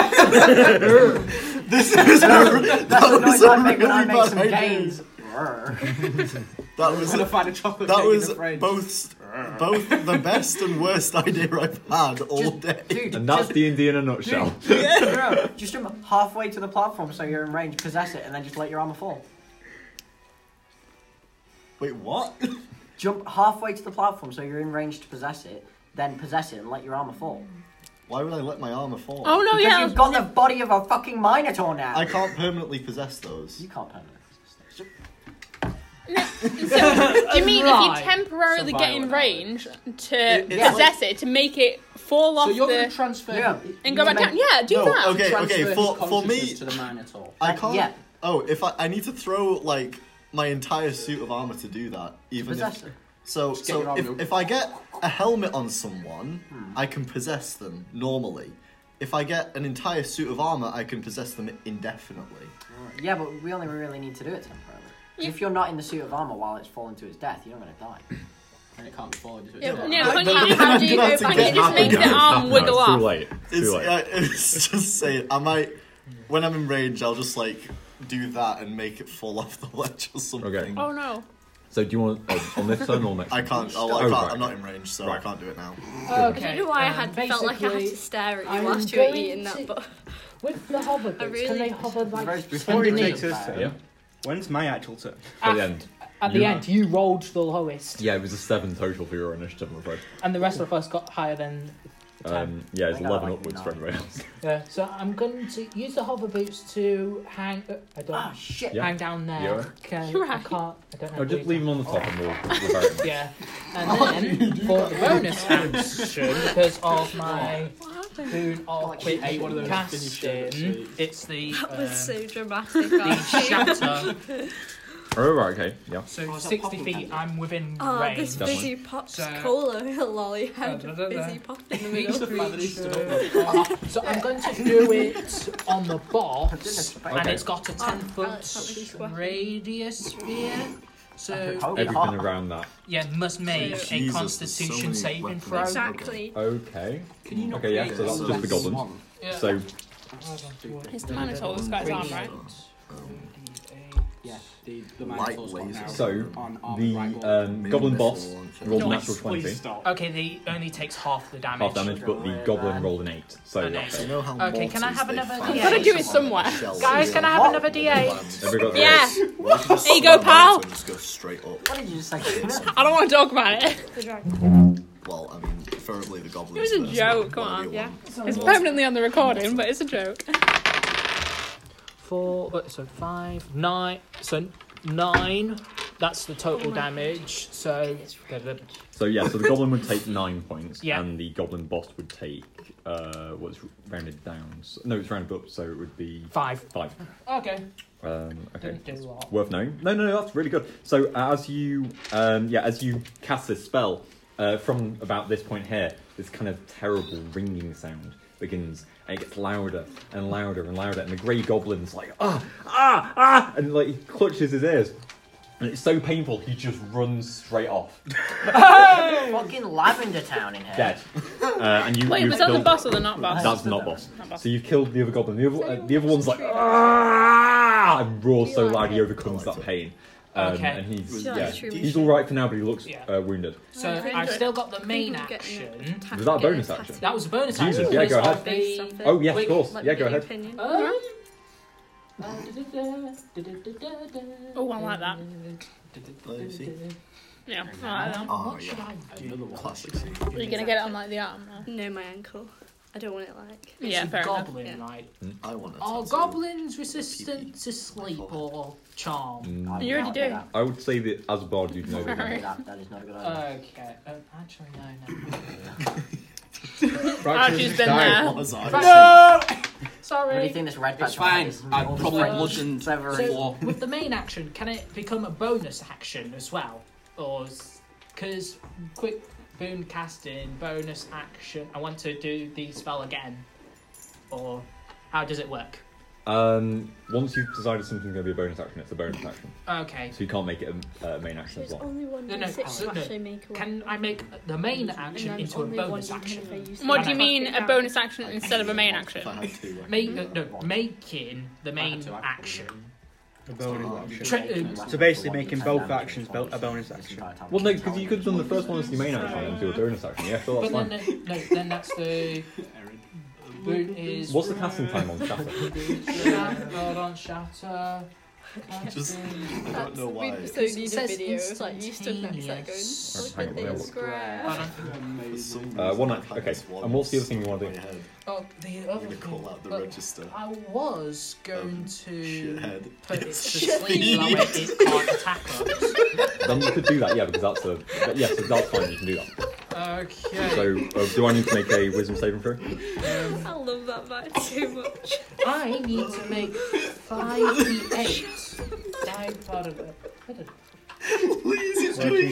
is a, that
That's the
was
noise
a
I
really
make when I
bad
make some
idea.
gains. Rrr.
That was
Gonna
a,
find a chocolate
that
cake
was
in the fridge.
both both the best and worst idea I've had all
Just-
day.
Dude,
And that's
just,
D and D in a nutshell.
dude, bro, just jump halfway to the platform so you're in range, possess it, and then just let your armor fall.
Wait, what?
Jump halfway to the platform so you're in range to possess it, then possess it and let your armor fall.
Why would I let my armor fall?
oh no,
Because
yeah,
you've got the body of a fucking minotaur now.
I can't permanently possess those.
You can't permanently possess that. Just-
Do you mean if
Right.
you temporarily get in
Survival
range to
it's
possess it, to make it fall off
So you're going
the
to transfer.
Yeah.
you're
and go
gonna
back
make-
down? Yeah, do
No,
that.
okay.
transfer his
for- for me-
consciousness to the Minotaur.
I
Like,
can't.
yeah.
Oh, if I I need to throw like my entire suit of armor to do that, even
Possess
if.
it.
So,
get your
so
arm Hmm.
if,
open.
if I get a helmet on someone, I can possess them normally. If I get an entire suit of armor, I can possess them indefinitely.
Yeah, but we only really need to do it temporarily. 'Cause If you're not in the suit of armor while it's falling to its death, you're not going to die.
And it can't be followed. is it?
Yeah,
So-
no,
but-
can't
but-
you-
but
how
I'm
do you
gonna have
go
to
back?
get
You just
half
make
of
the
it.
arm
with
wiggle
It's too
off.
late. It's
It's,
too late.
uh, it's just say I might when I'm in range, I'll just like do that and make it fall off the ledge or something.
Okay.
Oh no.
So do you want oh, on this turn or next?
I
turn?
can't. I'll, I
Oh,
can't
right.
I'm not in range, so I
Right.
can't do it now.
Okay.
I don't know why I
um,
had felt like I had
basically,
to stare at you
I'm
whilst you were
going
eating that,
to-
but
With the hover bits,
really-
can they hover
Very
like
Before he
Underneath.
takes his
uh,
turn,
Yeah.
when's my actual turn?
At
Ah.
the end.
at the
You-
end? You rolled the lowest,
Yeah, it was a seven total for your initiative, I'm afraid.
and the rest of us got higher than. the ten.
Um, yeah, it's
I got
eleven
like
upwards for
nine.
everybody else.
Yeah, so I'm going to use the hover boots to hang. uh, I don't
Ah, shit.
Yeah.
hang down there.
You're right.
Okay,
You're
I
right.
can't. I don't know.
No, just leave him on the top and we'll, we'll bury him.
Yeah,
Oh,
and then for the bonus action, because of my
Oh.
boon of
Like she
quick
ate one of those finished
casting,
shirts.
it's the
that
um,
was so dramatic.
the
actually.
shatter.
Oh, right, okay, yeah.
So
Oh, is that
sixty
popcorn
feet,
candy?
I'm within
Oh,
range.
this
Definitely.
busy pops
So-
cola lolly had
da, da, da.
busy pop in the middle.
So I'm going to do it on the boss,
Okay.
and Oh, it's got a ten
Alex, help me be
foot
squatting.
radius sphere. So
Oh,
Everything
yeah.
around that.
yeah, must make
Jesus,
a
there's so
Constitution
many
saving
weapons.
throw.
Exactly.
Okay.
Can you not
Okay, yeah,
create
so that's
a
just the
swan?
goblins.
Yeah.
So
It's the Minotaur that's got his arm, right?
Yeah, the, the Minotaur's
Light
got now.
lasers.
So,
on armor
the
right
uh,
wall.
um, goblin boss rolled a natural twenty,
stop.
Okay, they only takes half the damage.
half damage, but the goblin rolled an eight. So
An
that's
eight.
You
it.
know how
Okay, can I
mortars
have
they
another
find
D8? Gotta
do it
on
somewhere.
shelves
Guys,
and
can I
shit?
have another D8?
Everybody got their
Yeah.
eights.
Well, you can just
There
sit
you go,
on that
pal.
and Just go straight up.
What did you just say?
I don't want to talk about it.
Well, I mean, preferably the goblins.
It was a
first, but
joke, come
whatever
on,
you
yeah.
want.
It's permanently on the recording, but it's a joke.
Four, uh, so five, nine, so nine. That's the total damage. So the- the-
So yeah, so the goblin would take nine points,
Yeah.
and the goblin boss would take uh, what's rounded down. So, no, it's rounded up, so it would be
five.
five.
Okay.
Um, okay.
Didn't do a lot.
Worth knowing. No, no, no, that's really good. So uh, as you, um, yeah, as you cast this spell, uh, from about this point here, this kind of terrible ringing sound begins, and it gets louder and louder and louder, and the grey goblin's like ah ah ah, and like he clutches his ears, and it's so painful he just runs straight off,
fucking Lavender Town in here.
dead. Uh, and you
Wait,
you've
was that the
killed-
boss or the not boss?
That's not boss.
Not boss.
So you've killed the other goblin. The other, uh, the other one's like ah, and roars so
Do you like
loud he
it?
overcomes that pain. Um,
Okay.
And he's
Do you like
yeah,
it? Should we-
he's all right for now, but he looks
Yeah.
uh, wounded.
So
Okay.
I've still got the
I
main
think I'm getting
action.
attacked-
Was that a
getting
bonus
attacked
action?
That was a bonus
Jesus,
action.
yeah,
because
go ahead.
of
based
the-
off it.
Oh yes,
Wait,
of course.
Let
Yeah, go
me get your
ahead.
opinion.
Uh,
Oh, I like that.
Let me see.
Yeah, I like that.
Oh,
What should
yeah.
I do?
Classic scene.
Are you gonna get it on like the arm?
No, my ankle. I don't want it like.
It's a goblin, right?
I want it.
Are Oh, goblins resistant to sleep or charm?
Mm.
You already do.
I would say that as a bard, you'd know
Sorry.
that.
That is not a good idea.
Okay. Um, actually, no,
Archie's been there.
no. no! Sorry.
Anything that's red
It's
patch on it
fine.
is
I've
all
probably
spread.
bludgeoned
Severed.
So, with the main action, can it become a bonus action as well? Or because quick boon casting, bonus action, I want to do the spell again. Or how does it work?
Um, once you've decided something's going to be a bonus action, it's a bonus action.
Okay.
So you can't make it a uh, main action as well.
Only one
No, no,
six
no,
to
no.
actually make a
Can I make the main action
then
into a
Mm, only one
bonus
you can
action?
if I use
What
Can
do you
I-
mean a bonus action instead of a main action?
Make, uh, no, making the main action.
A bonus
Tra-
action.
uh,
So basically making both actions bo- a bonus action.
Well, no, because you could have done the first one as your main action and then do a bonus action. Yeah, I feel that's
But then,
fine.
then, no, then that's the. Boon is.
What's the casting time on Shatter?
Shatter, roll on shatter.
Just- I don't know why.
We so need a video of like you stood next to that going,
instantaneous.
look at this
Hold
square.
on.
Uh, one action. Okay. And what's the other thing you want to do?
Oh, the
I'm
other
gonna
thing.
call out the
but
register.
I was going to
Shithead.
put it to sleep that way it can't attack us.
Then you could do that, yeah, because that's a. But yeah, so that's fine. You can do that.
Okay.
So uh, do I need to make a wisdom saving throw?
I love that man too much.
I need to make 5d8. Die part of it.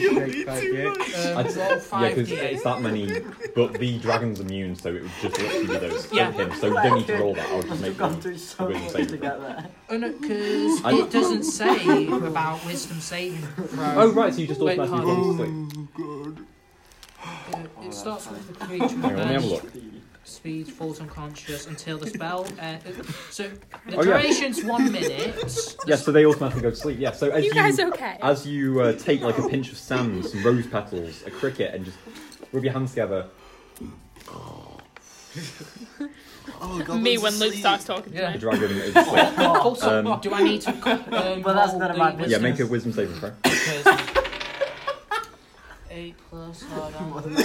Um,
I'd-
roll
Yeah, because
5d8.
it's that many. But the dragon's immune, so it would just literally be those.
Yeah.
Him, so you don't need to roll that. I'll just make
gone
them
through so
wisdom
much to
saving throw.
get there.
Oh no, because
I-
it doesn't say about wisdom saving throw.
Oh right, so you just
Wait,
automatically
hold
go to sleep.
Uh, it starts with the creature
Hang on, let me have a
burns,
look.
speed falls unconscious until the spell. Uh, so
Oh,
the
yeah.
duration's one minute.
Yeah, so they automatically go to sleep. Yeah, so as you,
You guys okay?
as you uh, take like a pinch of sand, some rose petals, a cricket, and just rub your hands together,
Oh,
Me when Luke starts talking to
Yeah.
the
me.
dragon is asleep.
also,
Um,
do I need to? Um,
Well, that's
roll
none of
the
my business.
Yeah, make a wisdom saving throw.
wisdom? Eight plus. Hold on.
Holy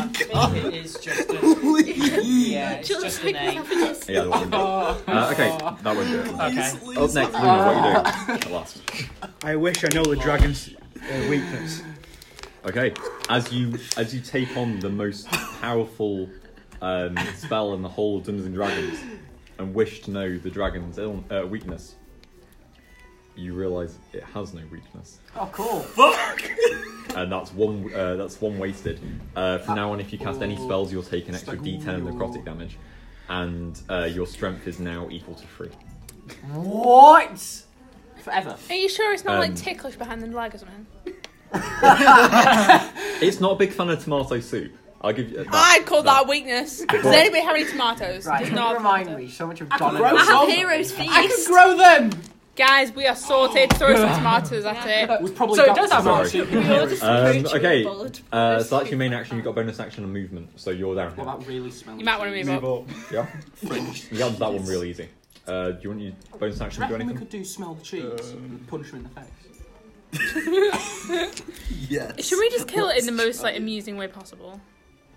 I think it is just a. Yeah, it's just an eight.
Yeah, that won't do it. Uh, okay, that won't do it.
Okay.
Up next, Luna, what are you doing? At last.
I wish I know the dragon's uh, weakness.
Okay, as you as you take on the most powerful um, spell in the whole of Dungeons and Dragons, and wish to know the dragon's Ill- uh, weakness, you realise it has no weakness,
Oh, cool.
and that's one uh, that's one wasted. Uh, from now on, if you cast any spells, you'll take an extra D10 necrotic damage, and uh, your strength is now equal to three.
What? Forever.
Are you sure it's not
Um,
like ticklish behind the leg or something?
It's not a big fan of tomato soup. I'll give you. uh, that.
I call that a weakness. Does anybody have any tomatoes?
Right,
Does
can
not
you
have
remind
tomatoes.
me so much of
I can
Dominic?
grow some. I can grow them. Guys, we are sorted. Throw some tomatoes at it.
We've probably
So it
got
does have
some.
one.
We all just
Um,
approach you
okay,
with bold
uh, so that's your main action. You've got bonus action and movement, so you're down.
Well, that really smells.
You might want to move up.
Yeah, you got that one real easy. Uh, do you want your bonus action to do
Reckon we
anything?
could do smell the cheese and punch him in the face.
Yes.
Should we just kill it in the most like amusing way possible?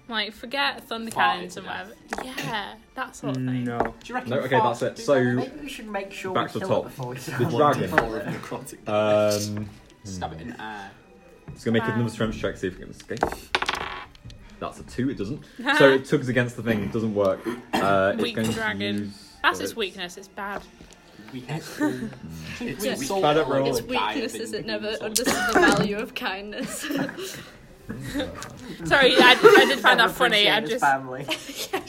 Like forget thunder cannons and whatever. Yeah, that sort of thing.
No.
Do you reckon?
No, okay, that's it. So
Maybe we should make sure
Back
we
to
kill
top.
it before we
the dragon, um,
Four of necrotic
Stab it in uh, the eye.
it's gonna make another strength check. See if it can escape. That's a two. It doesn't. So it tugs against the thing. It doesn't work. Uh, it's
Weak
going
dragon.
To use,
That's
uh,
its weakness. It's bad.
We have.
It's
We sold
Bad at
all of
rolling.
it.
Its
Dive
weakness
in.
is it never understood the value of kindness.
Sorry, I, I did find that funny. I
His
just
family.
Do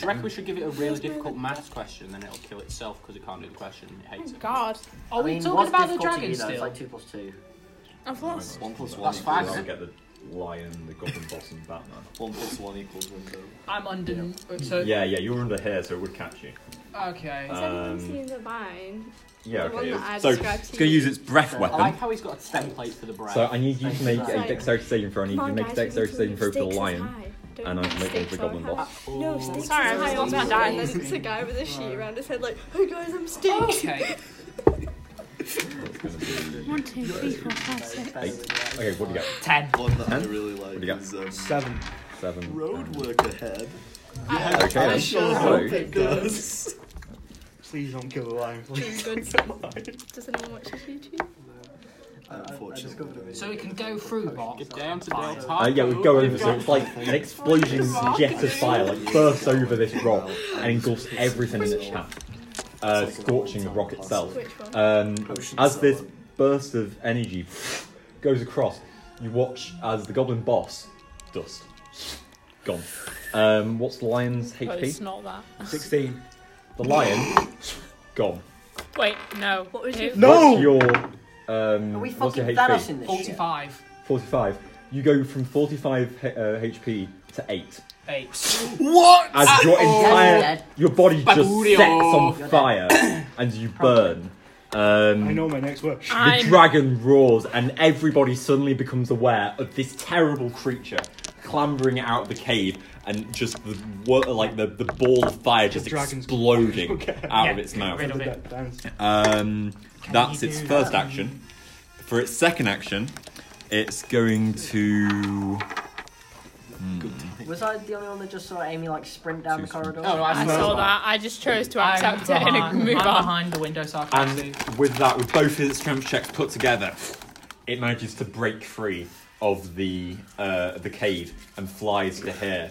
you reckon we should give it a really difficult maths question, then it'll kill itself because it can't do the question. It hates it.
Oh, God.
Are we
I mean,
talking
what's
about the
difficulty,
dragon
you know, It's
still?
like two plus two.
I've lost.
One plus one. equals-
That's fine.
I'll get the lion, the goblin boss, and Batman.
One plus one equals window.
I'm under. uh,
Uh,
So
Yeah, yeah, you're under here, so it would catch you.
okay.
Uh,
Um,
Seems mine.
yeah,
the one
okay.
that I
So it's
described to
going to
you.
use its breath
I
weapon.
like how he's got a template for the bread.
So I need you to make a
Sorry.
dexterity saving throw. I need you
Come
to
on,
make a
guys, we
dexterity
need
saving
to
throw for the
stakes is
lion,
high. Don't
and I
make
can make one for
stakes
the
are
goblin
high.
boss.
No, stakes
Sorry,
are
I
high.
just lost my
And
die.
then it's a guy with a sheet around his head, like, "Hey guys, I'm stakes."
Okay.
One, two, three, four, five, six.
Okay, what do you got?
Ten.
One that I
Ten?
really
do
like
you got?
is um,
Seven.
Seven.
road worker head. Yeah,
okay,
I
then.
sure
So-
hope it does.
Please don't kill the lion. Please.
Does anyone watch this YouTube?
Unfortunately.
So we can go through what? Get
down to
Del
Uh, yeah, we go over. So it's like an explosion jet of fire like bursts over this rock and engulfs everything in its path, uh, scorching the rock itself. Um, as this burst of energy goes across, you watch as the goblin boss dust gone. Um, what's the lion's
Oh,
HP?
it's not that.
Sixteen. The lion gone.
Wait, no. What
was
it?
What's your um?
we
what's your
fucking
HP?
Thanos in this shit?
45.
45. You go from 45 h- uh, HP to 8.
8.
What? As your
Oh.
entire your body just
Baburio.
sets on
You're
fire and you burn. Um,
I know my next word.
The dragon roars and everybody suddenly becomes aware of this terrible creature clambering out of the cave and just the wo- like the, the ball of fire just
Dragon's-
exploding out of
Yeah,
its
get
mouth.
rid of it. Dance.
Um, that's
you
its
do
first
that?
action. For its second action, it's going to.
Was I the only one that just saw Amy like sprint down the corridor?
Oh, no, I
I saw that. I just chose to accept it and
behind,
move
I'm
on.
behind the window, so I can't see.
And with that, with both of its strength checks put together, it manages to break free of the uh, the cave and flies to here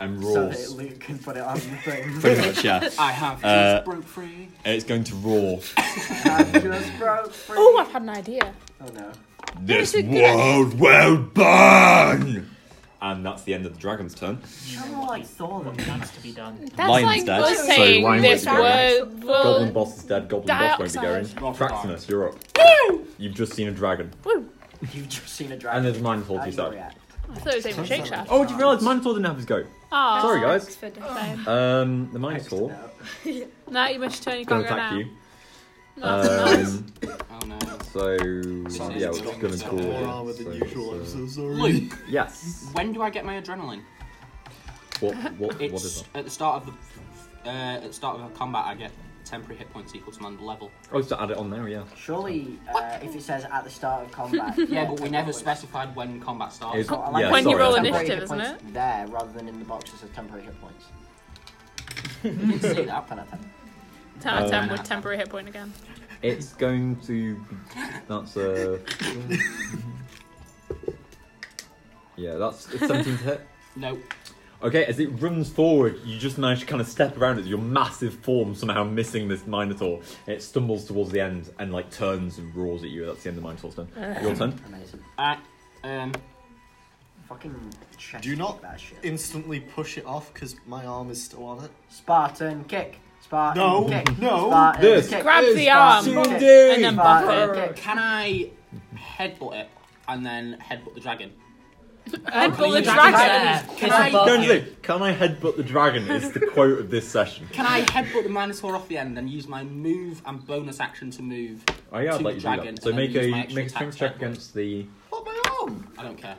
and
So that
roars.
Luke can put it on the thing.
Pretty much, yeah.
I have
Uh,
just broke free.
It's going to roar.
Oh, I've had an idea.
Oh no.
This
It's a good-
world will burn! And that's the end of the dragon's turn.
Come on, like Thor. That
needs to be done.
That's
Lion's
like
dead,
us
so
saying
Lion
this
won't be going.
word
Goblin
will.
boss is dead. Goblin boss won't be
Dioxide.
going. Fraxinus, you're up. You've just seen a dragon,
Woo.
You've just seen a
and
dragon.
there's a Mindfall
How
to
do
your
you
side.
react?
I thought it was Amy Shake Shack.
Oh, did you realise Mindfall didn't have his go?
Oh,
Sorry, guys.
for
Um, the Mindfall
No, you must turn. You
going
can't
to
go now.
attack you.
No, it's
Um, so yeah, it's
Sorry.
going to
Sorry.
call
More
it.
armor
than
So
usual,
it's,
I'm
uh,
so sorry.
Luke,
Yes.
when do I get my adrenaline?
What? What? What
It's
is that?
at the start of the uh, at the start of a combat. I get temporary hit points equal to my level.
Oh, just add it on now. Yeah.
Surely, uh, if it says at the start of combat.
Yeah, but we never specified when combat starts.
It's-
I like
yeah,
that
When you
it's
roll
temporary
initiative,
hit
isn't
points There, rather than in the box, it says temporary hit points.
You can see that.
Ten out of ten.
ten out of ten
Um,
with temporary hit point again.
It's going to. Be, that's a. yeah, that's it's 17 to hit.
No,
Okay, as it runs forward, you just manage to kind of step around it. Your massive form somehow missing this minotaur. And it stumbles towards the end and like turns and roars at you. That's the end of minotaur's turn.
Uh,
Your turn.
Amazing.
I um
Fucking chest
Do not
kick that shit.
instantly push it off because my arm is still on it.
Spartan kick. Spartan
No,
kick.
no.
Spartan
This.
kick.
uh, Grab
Spartan
the arm
kick.
and then buff
Spartan
it.
kick.
uh, can I headbutt it and then headbutt the dragon?
Headbutt
Dragon's
the dragon.
there.
Can
It's above
Don't
you.
say, Can I headbutt the dragon? Is the quote of this session.
Can I headbutt the minotaur off the end and use my move and bonus action to move?
Oh yeah, I'd like
to the
you to do
dragon
that. So
and then
make
use
a
my extra
make a
attack
strength check
to headbutt.
against the.
What my arm?
I don't care.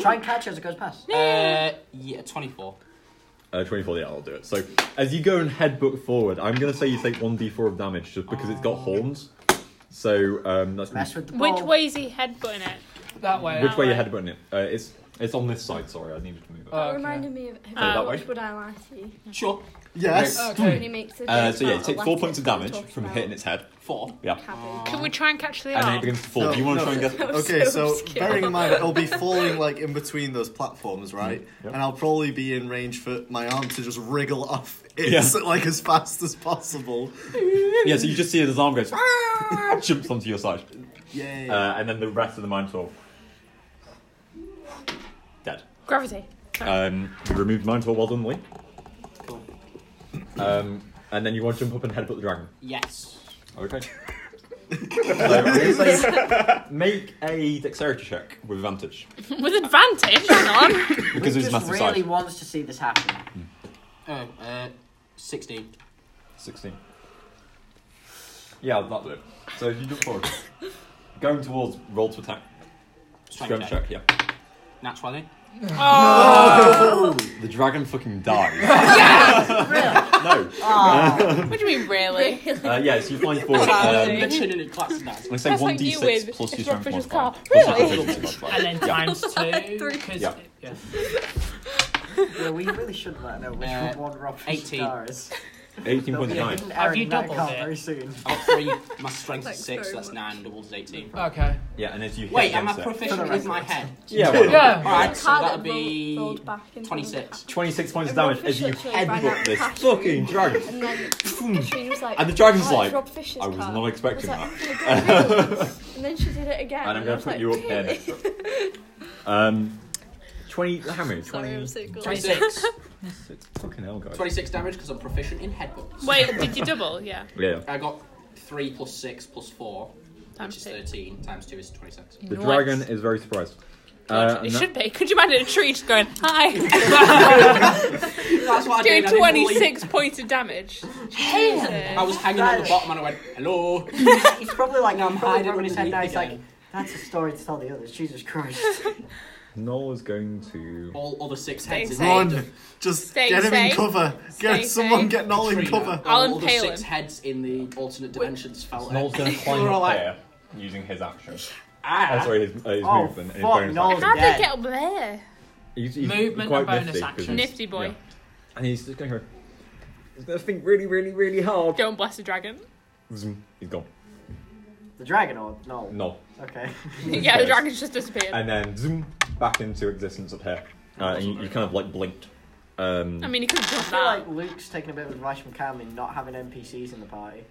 Try and catch it as it goes past.
Uh, yeah, 24.
Uh, 24, yeah, I'll do it. So, as you go and headbutt forward, I'm going to say you take 1d4 of damage just because it's got horns. So, um, that's
Mess with the ball.
Which way is he headbutting it?
That way.
Which way you headbutting it? Uh, it's it's on this side, sorry, I needed to move it.
Oh, okay.
reminded me of
that
how
uh,
way?
much would I lie to you?
Sure.
Yes.
Oh,
When he makes a
uh,
joke
so, yeah, you
about
take
a
4 points of
latin
damage
talking
from
about
hitting its head.
Four.
Yeah.
cabbage.
Oh.
Can we try and catch the
And then it
arm?
begins to fall. Do you want to try and get.
Okay, so,
so scared.
bearing in mind that it'll be falling like in between those platforms, right?
Yep.
And I'll probably be in range for my arm to just wriggle off it
Yeah.
like as fast as possible.
Yeah, so you just see his arm goes. "Ah," jumps onto your side.
Yay!
Uh, and then the rest of the Minotaur. Dead.
Gravity.
Um, you removed Minotaur, well done, Lee.
Cool.
Um, and then you want to jump up and headbutt the dragon.
Yes.
Okay. so I'm gonna say make a dexterity check with advantage
With advantage, hang on.
because
Luke just
it's massive
really
size.
wants to see this happen.
Oh, uh, 16.
Sixteen. Yeah, that'll do it. So if you jump forward, going towards roll to attack. Strength
Strength check.
check. Yeah.
Naturally.
The dragon fucking dies. yeah. Really? No.
What do you mean, really?
Uh, yeah. So you find four.
Uh,
Um,
literally in class nice.
I say
That's
one
like
d
you
six
with
plus your
if
strength
Rockfish's
modifier.
car.
Plus your
Really?
proficiency modifier.
And then times two.
Three.
Because
Yeah.
yeah.
yeah, we really should let know which
Uh,
one Rob
18.
Star is.
18.9.
Have you doubled it? Very soon.
I'll three, my strength is
Thanks
six,
very
that's nine, doubles is 18.
Okay.
Yeah, and as you hit
Wait, am I
against it-
proficient with my head?
Yeah, why not? Yeah.
Alright, so
Card
that'll
that
be
rolled- rolled back into
26.
26 points of damage as you
Everyone officially ran out
headbutt this
past
fucking
you.
dragon.
And then Katrina was like,
And the dragon's
"Oh, it's
like,
Rob Fisher's
I was
card."
not expecting
I was like,
that.
"Oh my God." and then she did it again.
And I'm gonna
I was
put
like,
you up here
"Really?"
Um, 20. How many? 20.
so good.
26.
It's fucking hell, guys.
26 damage because I'm proficient in headbutts.
Wait, did you double? Yeah.
Yeah.
I got 3 plus 6 plus 4, which is 13, times 2 is 26.
The dragon is very surprised. Uh,
It
and that-
should be. Could you imagine a tree just going, hi?
That's what I
Doing
did, I didn't
26 points of damage. Jesus.
I was hanging on the bottom and I went, hello.
He's probably like,
Now I'm
probably
hiding
rubbing
underneath
his head now. He's
again.
like, that's a story to tell the others. Jesus Christ.
Noel is going to.
All other six
Stay
heads is
safe.
Run! Just
Stay
get him
safe.
in cover.
Stay
Get someone
safe.
get Noel in cover.
I'll
all the
impale
six
him.
heads in the alternate dimensions fell out.
Noel's going to climb
We're all
up
like,
there using his action.
Ah.
Uh, sorry, his, uh, his
Oh,
movement. and his
fuck,
bonus
Noel's
action.
How'd they get up there?
He's, he's
Movement
quite
and bonus
nifty
action.
'cause he's-
Nifty boy.
yeah. And he's just going to go. He's going to think really, really, really hard.
Don't bless the dragon.
Zoom. He's gone.
The dragon or no?
No.
Okay.
yeah, the dragon's just disappeared.
And then zoom back into existence up here. Uh, and you, you kind of like blinked. Um,
I mean, he could
I
have done
feel
that.
like Luke's taking a bit of advice from Cam in not having NPCs in the party.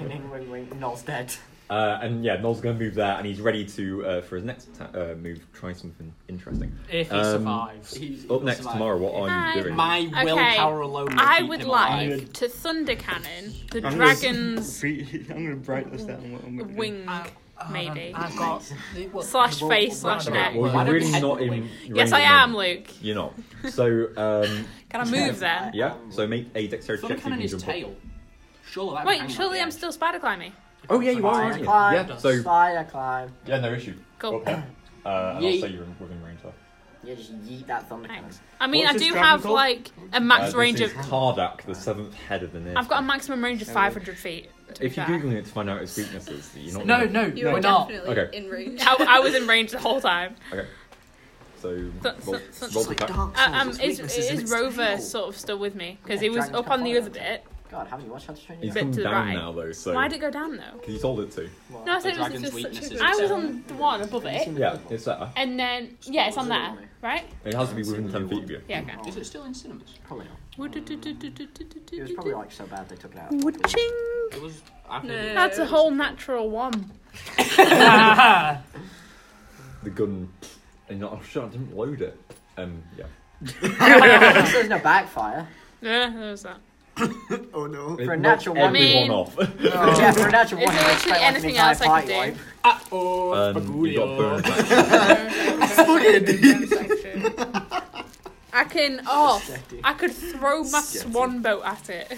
wing, wing, wing, Noel's dead.
Uh, and yeah, Noel's going to move there, and he's ready to uh, for his next ta- uh, move. Try something interesting.
If he
Um,
survives.
He's-
Up
he'll
next
survive.
tomorrow, what are you doing?
My willpower alone will
I
keep
would
him
like
alive.
to thunder cannon the
I'm gonna-
dragon's
I'm gonna break this down. What I'm gonna do.
wing, maybe.
I've got
slash face, slash
Okay,
neck.
well,
Why
you're
don't
really
we head
not in.
Yes,
range
I
at the
am,
moment.
Luke.
You're not. So, um,
Can I move then?
yeah. So make a dexterity
Thunder
check. so you
cannon
can
is
jump up.
tail. Surely that
Wait, surely I'm still spider climbing.
Oh yeah, you are. Aren't you?
Climb,
Yeah. So
spider climb.
yeah, no issue.
Cool.
Up here. Uh, and
Yeet.
also you're in- within range. Of.
Yeah, just yeet that thunder cannon.
I mean,
What's
I
this
do
dragon
have
called?
like a max
Uh,
range
this
of.
is Tardak, the seventh head of the Nith.
I've got a maximum range of 500 feet. to be
If you're
fair.
googling it to find out its weaknesses, you're not.
No,
gonna-
no,
You
we're
were
not.
definitely
Okay.
in range.
I, I was in range the whole time.
Okay. So
So, so,
roll,
so-
roll the attack.
Uh, um, is, is Rover sort of still with me? Because he was
Dragon's
up on the
Campfire.
other bit.
God, haven't you watched How to Train Your
He's
bit
come
to the
down
right.
now though, so
Why did it go down though?
because you told it to.
No, I said
The
it was
dragon's
just
weakness
such
is
a I was
its
on the one above it,
Yeah, it's better.
and then yeah, it's on there, right?
It has to be within ten feet of you.
Yeah. Okay.
Is it still in cinemas?
Probably not. It was probably
Woo-do-do-do-do-do-do-do-do.
like so bad they took it out.
Woo-ching.
It was. I think
No.
That's a whole natural one.
The gun, and you're like, oh shit, I didn't load it. Um, yeah.
This isn't a backfire.
Yeah, there's that.
Oh no.
It
For a
knocked
natural one.
everyone
I mean-
off.
Yeah, for a natural
Is
one. you'd
there actually
expect, like, an
anything
entire
else I could
party
do?
wipe.
um, you got burned.
I can oh, I could throw my swan boat at it.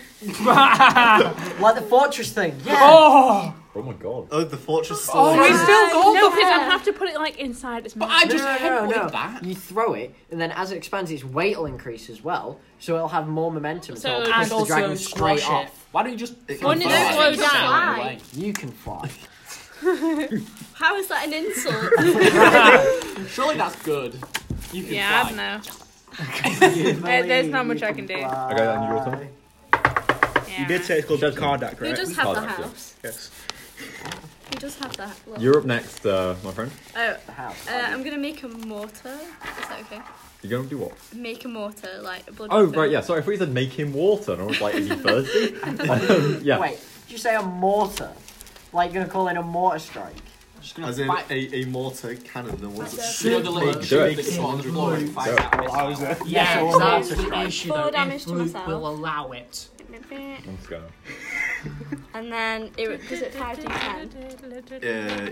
Like the fortress thing. Yeah.
Oh,
Oh my god.
Oh, the fortress still
oh, it's
exists.
still
No,
gold.
because I have to put it like inside its mouth.
Oh, I
No,
just
no, no,
headbutted
no.
that.
You throw it, and then as it expands, its weight will increase as well, so it'll have more momentum. So,
So-
it'll push
And
the
also
dragon straight
squash it.
off.
Why don't you just?
Wouldn't it
Fly.
slow
Just
down?
fly away.
You can fly.
How is that an insult?
Surely that's good. You can
Yeah, I
fly.
don't know.
There-
there's not much I can do.
Okay, and your turn.
Yeah.
You did say it's called
Judgment.
Kardak,
Who
right?
does have the
Tardak, yeah.
house?
Yes.
Who does have that? Well,
You're up next, uh, my friend.
oh,
The house.
uh, I'm gonna make a mortar. Is that okay?
You're going to do what?
Make a mortar, like a blood.
Oh, right, yeah. Sorry, I thought you said make him water, and I was like, is he thirsty? um, yeah.
Wait, did you say a mortar? Like you're gonna call it a mortar strike?
Just gonna
As in
fight.
a, a mortar cannon, the ones that shoot
You know the
big
little
it.
shit
Do
that you saw on the floor and fight
Do it.
that with?
I was there.
Yeah,
so
that's
that's
the
right.
issue
Full
though.
damage
If
to
Luke
myself.
will allow it.
I'm just going.
And then it would because it five to ten.
Uh,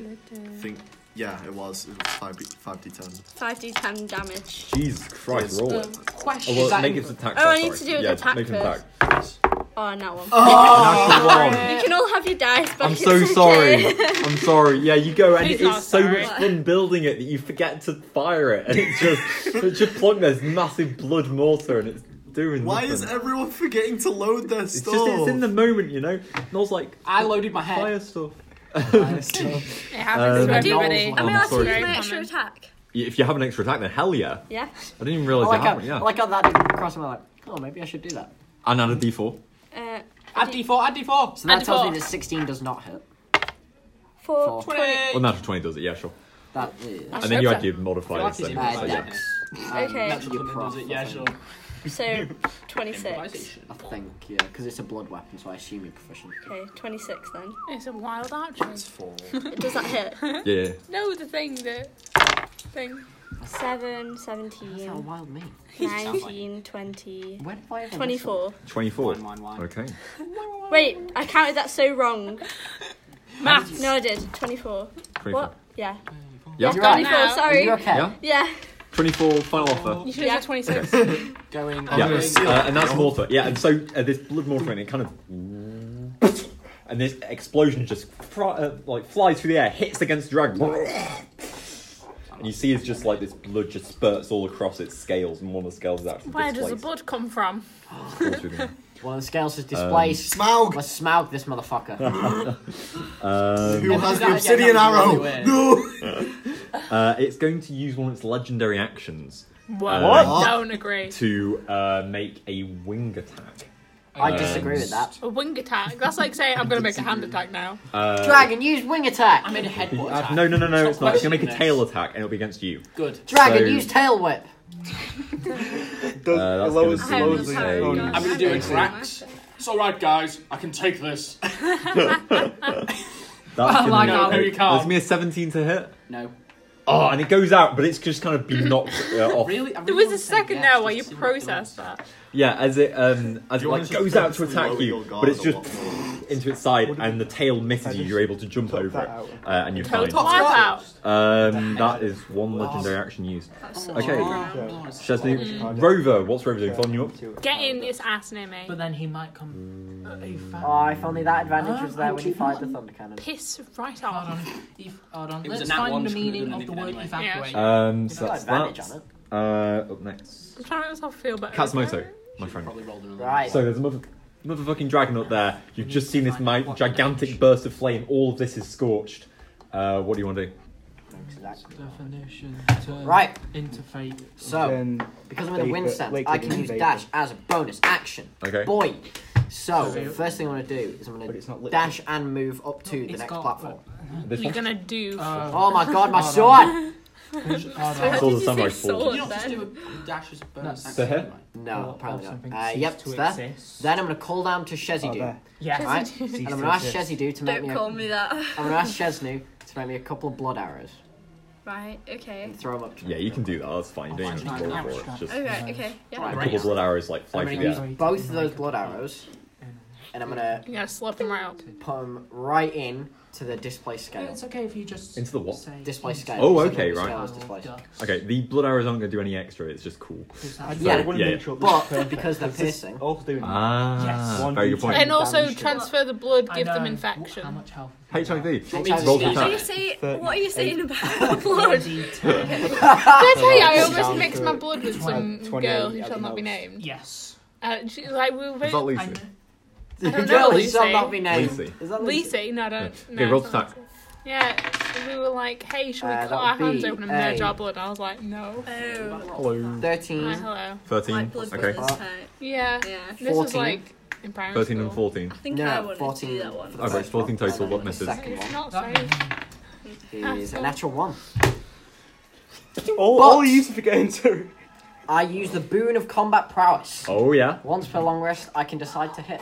think. Yeah, it was. It was 5 d 5 d 10.
Five to ten damage.
Jesus Christ, roll it.
Question.
Oh,
Oh,
well, make his attack.
Oh,
first,
I need
sorry.
to do an
yeah,
attack
Make an
first.
attack.
no one.
Natural one.
Oh, You can all have your dice back.
Oh. I'm
it's
so
okay.
sorry. I'm sorry. Yeah, you go, and
He's not
it's so
sorry.
much fun building it that you forget to fire it, and it's just it's just plunk this massive blood mortar, and it's doing.
Why
nothing.
is everyone forgetting to load their
It's
stuff?
just it's in the moment, you know. Noel's like
I loaded my
fire
head.
stuff.
It happens
Um,
to
I
do-
everybody.
Am I
I'm
allowed to
sorry.
use
Very
my extra
common.
attack?
If you have an extra attack, then hell yeah.
Yeah.
I didn't even
I
realise you
like,
had
how,
one, yeah.
I like how that didn't cross my mind. Oh, maybe I should do that.
and add a d4.
Uh,
Add d4, add
Oh,
d4! So that
Add
tells
D4.
me that 16 does not hit.
Four,
Four.
twenty.
Well, natural 20 does it, yeah, sure.
That uh, um,
and then you add your modifier.
Like
so-
his
so,
impact
yeah.
dex.
Okay.
Um, your prof, I think.
So, 26.
I think, yeah, because it's a blood weapon, so I assume you're proficient.
Okay, 26 then.
It's a wild archery.
Does that hit?
Yeah.
No, the thing, the thing.
7, 17.
That's how wild me.
19, 20.
Where did I ever
24.
24. Okay.
Wait, I counted that so wrong.
Maths.
No, I did. 24.
24.
What? Yeah.
Yeah.
Yeah, 24,
Now.
sorry.
Are you okay?
Yeah.
Yeah.
24, final offer.
You should have said 26.
Okay.
Going.
Yeah, uh, and that's mortar. Yeah, and so uh, this blood morphine, it kind of, and this explosion just fr- uh, like flies through the air, hits against the dragon, and you see it's just like this blood just spurts all across its scales, and one of the scales is actually
Where does the
displaced.
blood come from?
Falls through the-
One of the scales is displaced. Smaug! Let's smaug this motherfucker.
Um,
Who has the obsidian arrow? No!
uh, it's going to use one of its legendary actions.
Whoa,
um,
I don't agree.
To uh, make a wing attack.
I disagree with that.
A wing attack. That's like saying I'm going to make a hand attack now.
Uh,
Dragon, use wing attack! I mean, a
Uh, no, no, no, no, it's not. It's going to make a tail attack, and it'll be against you. Uh,
Good.
Dragon,
So-
use tail whip!
Uh, that's
Lowers-
gonna
lowers
be
the-
a-
oh, no.
I'm gonna do it, Drax. It's alright, guys. I can take this.
That's
Oh
gonna
my
be-
God. No, you can't.
There's me a 17 to hit.
No.
Oh, and it goes out, but it's just kind of been knocked uh, off.
Really? I
There
really
was a second there where you processed that.
Yeah, as it um as it like
wanna
goes
just
out to
put
attack
through
you,
your
but it's
guard
just into its side, and the tail misses you. You're able to jump over it, uh, and you're fine.
Total wipeout.
Um, that is one legendary action used.
That's
Okay,
awesome.
Chesney, Rover, what's Rover doing? Following you up?
Getting his ass near me.
But then he might come. Uh, he found-
Oh, if only that
Ah,
advantage was there when you
keep
fired the thunder cannon.
Piss right on.
If, hold on,
It was
let's
a nat one,
find the
she couldn't
meaning
have
of the
done
word
anything anyway.
evacuate.
Um, so
Got
that's
advantage
that.
on
Uh, up next,
I'm trying to make myself feel better.
Katsumoto, my friend.
Probably rolled another.
Right.
So there's a mother, motherfucking dragon up there. You've just seen this mi- gigantic burst of flame. All of this is scorched. Uh, what do you want to do?
Exactly.
Definition. Term,
Uh, Right.
Interfaith.
So,
Then
because I'm in a wind
vapor-
sense,
liquid
I can
and
use
vapor.
dash as a bonus action.
Okay.
Boy. So,
So-
first thing I'm going to do is I'm
But
going
it's not
to
liquid.
dash and move up to the
it's
next
got-
platform.
This
You're
one.
gonna do.
Uh,
Oh my god, my
Hold on.
sword!
How
Sword of
Hold on.
did you
Samurai
say
Forge.
sword
You don't just
then?
do a dash as a bonus
That's-
action,
So here?
right?
No,
Or-
apparently
or
not.
something
Uh,
ceased
yep,
to
it's there.
exist.
Then I'm going to call down to
Oh,
Shezidu.
there.
Yeah.
Right? And I'm going to ask Shezidu to make
Don't
me a,
call
I'm
me that.
going to ask Sheznu to make me a couple of blood arrows
Right, okay.
and throw them up to
Yeah, you can do that. That's fine. You don't even have to roll for it. Just a
Okay, okay. Yeah.
Right.
couple of blood arrows like
I'm
fly
going
through
to
the
use
air.
both of those blood arrows and I'm going to
You're gonna slap him right up.
put them right in to the display scale.
It's okay if you just.
Into the what?
say
Display
into-
scale.
Oh,
So
okay,
the
right.
scale is displaced.
Okay, the blood arrows aren't going to do any extra. It's just cool.
Yeah,
I want to
yeah,
make
yeah.
sure this
But
is perfect,
because they're
this-
piercing-
All doing
Ah,
Yes.
very good point.
And
And
also
damage.
transfer the blood,
I
give them
know. How
infection.
much health?
HIV.
HIV.
Roll for
What are you
attack.
saying?
Thirty.
What are you saying about blood?
Did I tell you, I
Down
almost mixed
to
my blood with some
20,
girl who
at
shall
the
not be
most.
named.
Yes.
Uh, she, like we were
Is that
very
Lucy?
I don't know,
Girl, he shall
Lucy.
not be named.
Lucy.
Is that
Lisi, no, I don't.
Okay,
no,
roll
it's not
attack.
Lisi. Yeah, we were like, hey, shall we
Uh,
cut
that
our
would
hands
be
open and
a-
merge our blood? And I was like, no.
Oh,
Hello.
Hi,
13.
hello.
like
13.
blood
Okay.
brothers type.
Yeah.
Yeah.
This was
14.
like in primary
13 and
school.
14.
I think I
No,
want to
14.
do that one.
for the
Oh, right,
first
14
one,
total,
and then
what
the
misses?
second
It's
one
not safe.
is a natural one.
All, all you used to be getting to.
I use the boon of combat prowess.
Oh, yeah.
Once per long rest, I can decide to hit.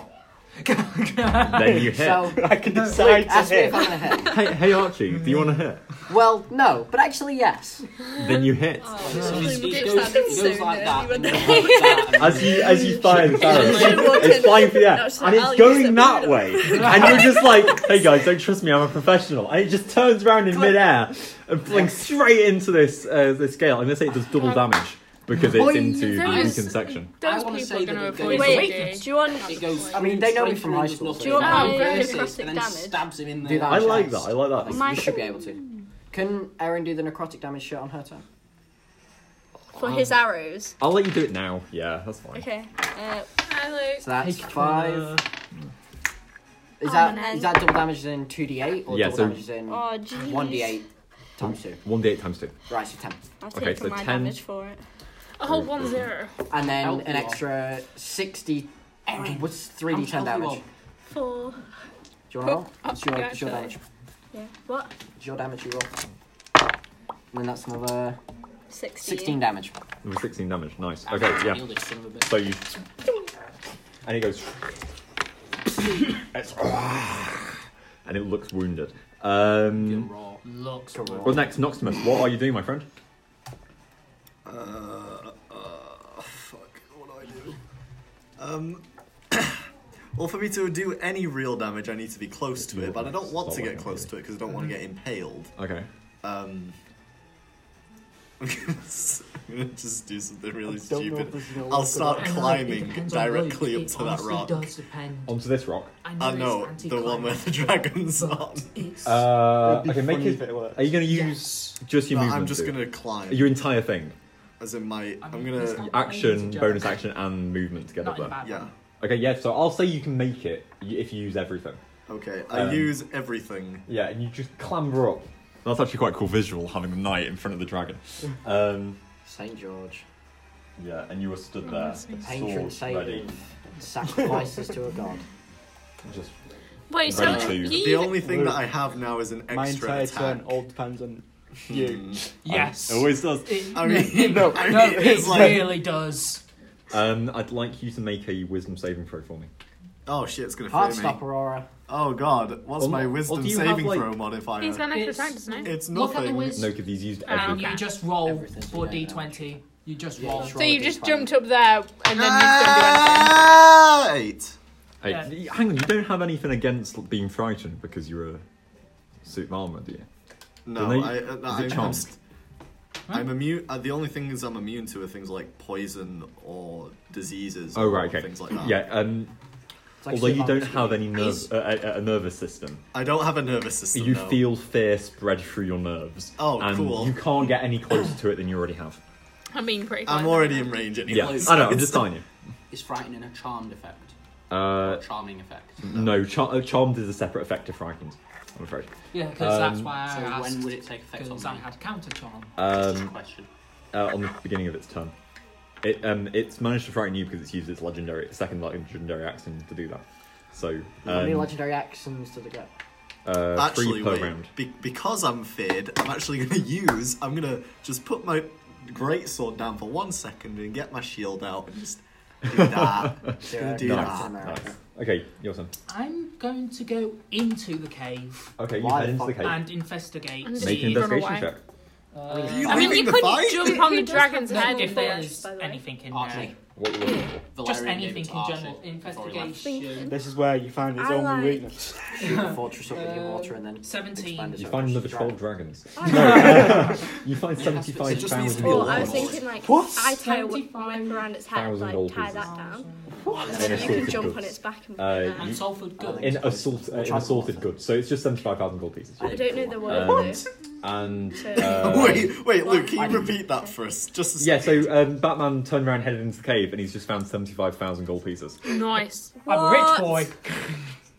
Then you hit.
So,
I can decide to
ask me
hit.
if I'm gonna hit.
Hey, hey, Archie, do you want to hit?
Well, no, but actually, yes.
Then you hit.
Oh.
So he
Dick
goes,
sounded
he
so
goes like that.
nerdy when
and then
they-
goes like that, and
As you as you fire this arrow, it's
Walking.
flying through the air,
No, it's
and
I'll
it's
use
going
it.
that way. And you're just like, "Hey guys, don't trust me. I'm a professional." And it just turns around in midair and flings straight into this uh, this scale. I'm gonna say it does double damage because it's into the
those-
weakened section.
Those
wanna
people
say
are going to
that it
avoid
goes-
Wait,
Wait.
do you want?
it goes.
I mean, they know me from high
straight
school,
through
so you
his nostrils,
know.
and
Oh,
pierces,
necrotic
and then
damage.
stabs him in the.
Do that.
I like that.
chest.
I like that.
You should be able to. Can Erin do the necrotic damage shit on her turn?
For his arrows.
I'll let you do it now. Yeah, that's fine.
Okay. Uh,
Hi, Luke.
So that's
Take
five. Is
Oh,
that
man.
is that double damage in two d eight or
Yeah,
double
so-
damage in
oh, jeez.
one d eight? Times two.
One d8 times two.
Right, so ten.
I've
Okay,
taken
so
my
ten.
damage for it.
Oh, one zero.
And then
Help
an
you
extra 60. What's 3d10
I'll help you
damage?
up. Four.
Do you want to roll?
Oh,
It's your,
yeah,
it's your
sorry.
damage.
Yeah. What?
It's your damage you roll. And then that's another
16.
16 damage.
It was 16 damage. Nice.
Ah,
Okay, yeah.
healed it son of a bitch.
So you. And he goes. it's. And it looks wounded. Um,
Looks
well, next, Noximus. What are you doing, my friend?
Uh, uh, fuck. What do I do? Um. well, for me to do any real damage, I need to be close to it, but I don't want to get close to it because I don't want to get impaled.
Okay.
Um. I'm gonna s- I'm gonna just do something really
don't know if
stupid.
this is gonna
I'll
work or
start
not. I know, it
climbing
depends on
directly
road.
up
It
to that
honestly
rock.
does Onto this rock.
I know the one where the dragon's on.
Uh,
It'd be
okay, make
funny
it.
if it worked.
Are you going to use just your
No, I'm
movement?
just
too?
gonna climb.
Your entire thing.
As in my, I'm gonna
Action, bonus action, and movement together.
Not in a bad
there.
way.
Okay, yeah, so I'll say you can make it y- if you use everything.
Okay, I
Um,
use everything.
Yeah, and you just clamber up. That's actually quite a cool visual, having the knight in front of the dragon. Um,
St. George.
Yeah, and you were stood there,
The patron
sword Um,
saint
ready.
of sacrifices to a god.
Just um,
Wait, so
ready
you
to-
use-
the only thing that I have now is an extra
My entire
attack.
turn all depends on you.
Yes.
It always does.
I mean,
no,
I
no,
mean,
it's
it's
like,
like-
really does.
Um, I'd like you to make a wisdom saving throw for me.
Oh shit, it's gonna fail me.
Heartstopper aura.
Oh god, what's
Or-
my
or
wisdom
do you have,
saving
like-
throw modifier?
He's got an extra
It's-
time, doesn't he?
it's
Look at the
nothing.
wiz.
No, because he's used
Ah,
everything.
okay.
You just roll four d twenty. You just roll.
So you just jumped up there and then you just don't do
Ah,
anything.
eight.
Hey, y- Hang on, you don't have anything against being frightened because you're a suit of armor, do you?
No,
Don't they-
I,
is
uh,
it
I, I'm,
charm?
st- I'm immune. Uh, the only things I'm immune to are things like poison or diseases.
Oh right,
or
okay.
Things like that.
Yeah. Um,
like
although you
Superman
don't
with
have any nerve,
He's-
uh, a, a nervous system,
I don't have a nervous system.
you
no.
feel fear spread through your nerves.
Oh,
and
cool.
You can't get any closer to it than you already have.
I'm being pretty
I'm
clever.
already in range anyway.
Yeah,
so
I know. I'm
it's
just
not-
telling you.
Is frightening a charmed effect?
Uh,
Charming effect.
no, char- uh, charmed is a separate effect of frightened. I'm afraid.
Yeah, because that's
Um,
why I
so when
asked.
would it take effect on
Because I had counter charm.
Um,
question.
Uh, on the beginning of its turn, it um, it's managed to frighten you because it's used its legendary second legendary action to do that. So
How many
um,
legendary actions did it get?
uh,
Actually,
three per
wait.
round.
Be- because I'm feared, I'm actually going to use. I'm going to just put my great sword down for one second and get my shield out and just do that. just gonna do
nice.
that.
nice. Okay, your turn.
I'm going to go into the cave.
Okay, you Why head the into the fuck- cave.
and investigate.
And
Make an
the-
investigation check.
Uh,
I mean, you couldn't jump on the dragon's
No,
head
if
if
there's
there's.
anything in there.
What you looking for?
Just anything in general. Investigation.
This is where you find its
I
only
like-
weakness.
Shoot the fortress up with your water and then
17.
expand it
You
over.
find another
Dragon.
twelve dragons. No, you find
it
seventy-five
just needs to
thousand
be a
gold.
lot.
I was thinking like
What?
I tie a whip around its head,
Thousand
like
gold
tie
pieces.
that down.
And
So you can
assorted
jump on
goods.
its back and.
Uh,
and
you-
Salford goods.
in assault, uh, in assorted goods. So it's just seventy-five thousand gold pieces.
I don't know the word.
Um,
though.
and
So-
uh,
wait, wait, Luke, can you repeat that for us? Just a
yeah. So um, Batman turned around, headed into the cave, and he's just found seventy-five thousand gold pieces.
Nice.
I'm a rich boy.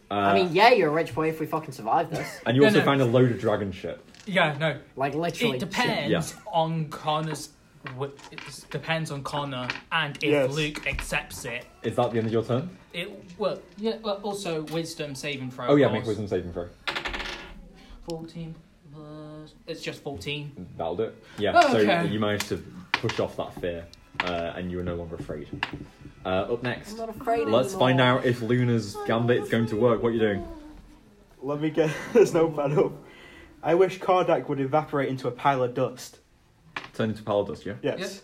Uh,
I mean, yeah, you're a rich boy if we fucking survive this.
and you
No,
also
no.
found a load of dragon shit.
Yeah, no.
Like literally.
It depends
Yeah.
on Connor's. wi- It depends on Connor and if
Yes.
Luke accepts it.
Is that the end of your turn?
It well, yeah. Well, also wisdom saving throw.
oh yeah,
rolls.
make a wisdom saving throw.
Fourteen plus. It's just fourteen.
That'll do it. Yeah.
Oh, okay.
So you managed to push off that fear, uh, and you are no longer afraid. Uh, up next,
I'm not afraid
let's
anymore.
find out if Luna's gambit's going to work. What are you doing?
Let me get this notepad up. I wish Kardak would evaporate into a pile of dust.
Turn into pile dust, yeah?
Yes.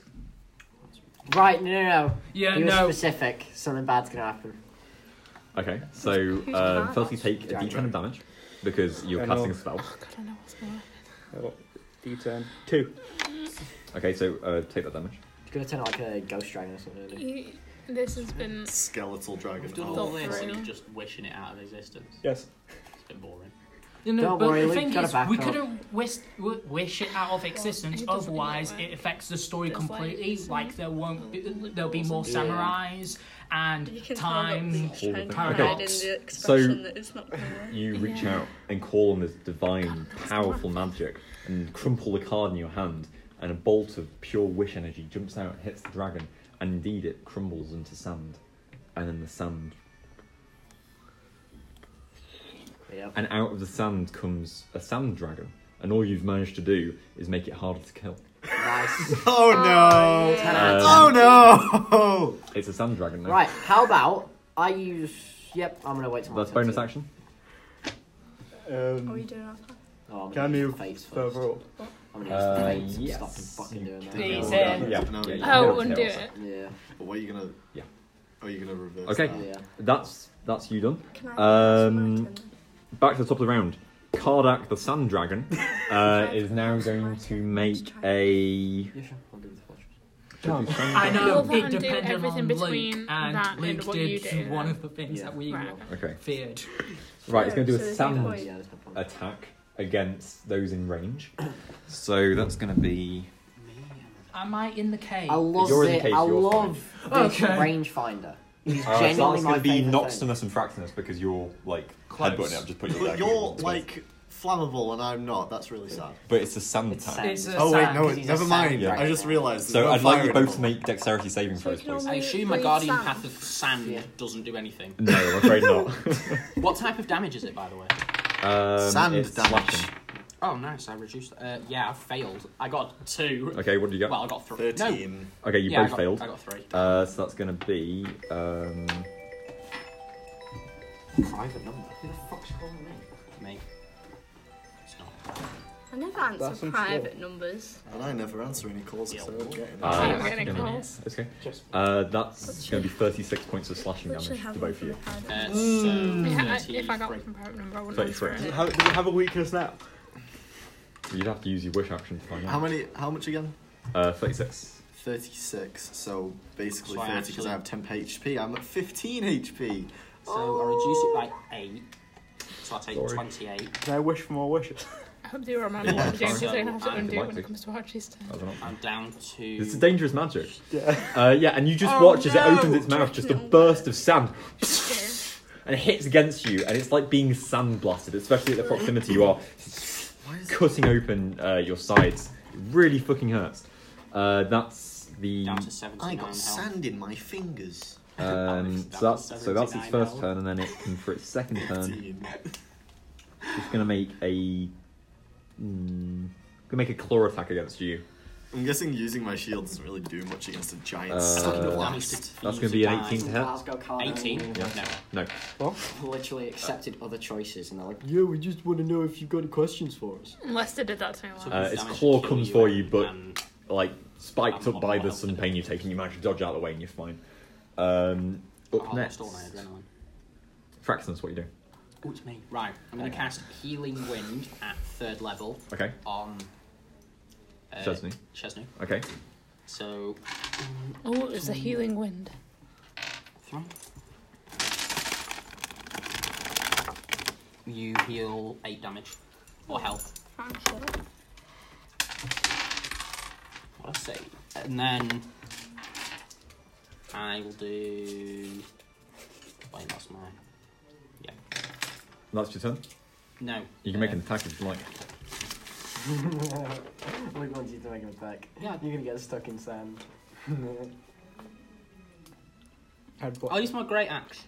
Right, no, no, no.
Yeah,
He was
no.
specific. Something bad's gonna happen.
Okay, so um, firstly take a d10 of damage because you're
I
casting
know.
a spell.
I don't know what's going on.
Oh, D10. Two.
Okay, so uh, take that damage.
It's gonna turn like a ghost dragon or something. isn't it?
You, this has been.
skeletal dragon.
We've done
Oh,
all
Thought
this
through.
and just wishing it out of existence.
Yes.
It's a bit boring.
No, no,
Don't
but
worry,
the
Luke,
thing
got a
is, we
backup.
couldn't wish, w- wish it out of existence. Otherwise, it affects the story completely. Like there won't, be, there'll be more
Yeah.
samurais and time
All the things.
paradox.
Okay, so you reach out and call on this divine, powerful magic and crumple the card in your hand, and a bolt of pure wish energy jumps out and hits the dragon, and indeed it crumbles into sand, and then the sand
Yep.
and out of the sand comes a sand dragon, and all you've managed to do is make it harder to kill.
Nice.
Oh no!
Um,
oh no!
It's a sand dragon. Now.
Right, how about I use. Yep, I'm gonna wait till my
That's
turn
bonus
too.
action.
Um,
Are we doing our part?
Oh, I'm
Can I
gonna use
move
fates first.
further up?
I'm
Uh,
gonna use fates and
yes.
stop and fucking doing that.
Yeah.
Yeah.
No,
Yeah,
you
yeah.
can't.
Oh, undo
yeah.
it.
Yeah.
But what are you gonna?
Yeah.
Are you gonna reverse?
Okay,
that?
that's that's you done.
Can I-
Um, back to the top of the round. Kardak the Sand Dragon uh, is now going to make a.
I know
You'll
it
undo
depended
everything
on Luke,
between that
and
and
Luke
what you
did
do,
one
yeah.
of the things that we
Right,
Okay.
feared.
Right, it's going to do
So
a
there's no
sand
point. Yeah,
attack against those in range. So that's going to be.
Am I in the cave?
I love
You're in the
it.
case,
I
you're
love
fine.
this
Okay.
rangefinder. He's
Uh, so
genuinely
that's
my
going to be
favourite thing.
Noxtonus and Fractinus because you're like headbutting it. I've just put your
but
back
you're
in.
like flammable, and I'm not. That's really sad.
But it's a sand attack.
It's a
oh wait,
sand,
no,
'cause he's a
never mind.
Yeah.
I just realised.
So
there's
I'd
no
like
fire
you
in it.
both to make dexterity saving throws, please.
I assume my
breathe
guardian
sand.
path of sand doesn't do anything.
No, I'm afraid not.
what type of damage is it, by the way?
Um,
Sand
it's
damage.
slashing.
Oh, nice. I reduced. Uh, yeah, I failed. I got two.
Okay, what did you get?
Well, I got three.
Thirteen.
No.
Okay, you
Yeah, I
both
got-
failed.
I got three.
Uh, so that's going to be. Um,
Private number. Who the fuck's calling me?
Me. It's not.
I never answer
That's some
private numbers.
And I never answer any calls, so I don't get any.
uh,
don't get any
gonna-
calls.
It's okay. Uh, that's going to be 36 points of slashing damage
Literally
to
have
both of you.
Uh, so
Mm.
I- if I got the comparable number, I wouldn't
Thirty-three.
answer
Does it
it.
have- does it have a weakness now?
You'd have to use your wish action to find out.
How many? How much again?
Uh, 36.
Thirty-six. So basically
So I
thirty because
actually-
I have temp HP. I'm at fifteen HP.
So I reduce it by eight. So I take
Sorry.
28.
Can I wish for more wishes?
I hope they remember what I'm doing because they're going to have to
Yeah,
undo
sorry.
when it comes to Archie's turn.
I don't know.
I'm down to.
This is dangerous magic.
Yeah.
Uh, yeah, and you just
Oh,
watch as it
no!
opens its mouth, just a burst of sand, and it hits against you, and it's like being sand blasted, especially at the proximity you are, cutting open uh, your sides. It really fucking hurts. Uh, that's the.
I got sand in my fingers.
Um, so that's so that's its
79
first
health.
turn, and then it can for its second turn. It's gonna make a. Mm, gonna make a claw attack against you.
I'm guessing using my shield doesn't really do much against a giant
Uh,
sand
that's
blast.
gonna be an 18 to hit.
Glasgow Cardinals.
18?
Yeah. Uh, No.
Literally accepted other choices, and they're like,
Yeah, we just want to know if you've got any questions for us.
Unless they did that to me once.
Uh, its claw comes for you, but
um,
like spiked up by the sun pain you're taking, you manage to dodge out of the way and you're fine. Um, up next,
Oh, next. all my adrenaline.
Fraxinus, what are you doing?
Oh, it's me. Right, I'm going to cast Healing Wind at third level.
Okay.
On. Uh,
Chesney.
Chesney.
Okay.
So.
Oh, it was a healing wind.
You heal 8 damage. Or health. What I say. And then. I will do. Wait, that's my.
That's your turn.
No. Um,
You can make
uh,
an attack if you like.
Luke wants you to make an attack.
Yeah.
You're gonna get stuck in sand.
I'll use my Great Axe.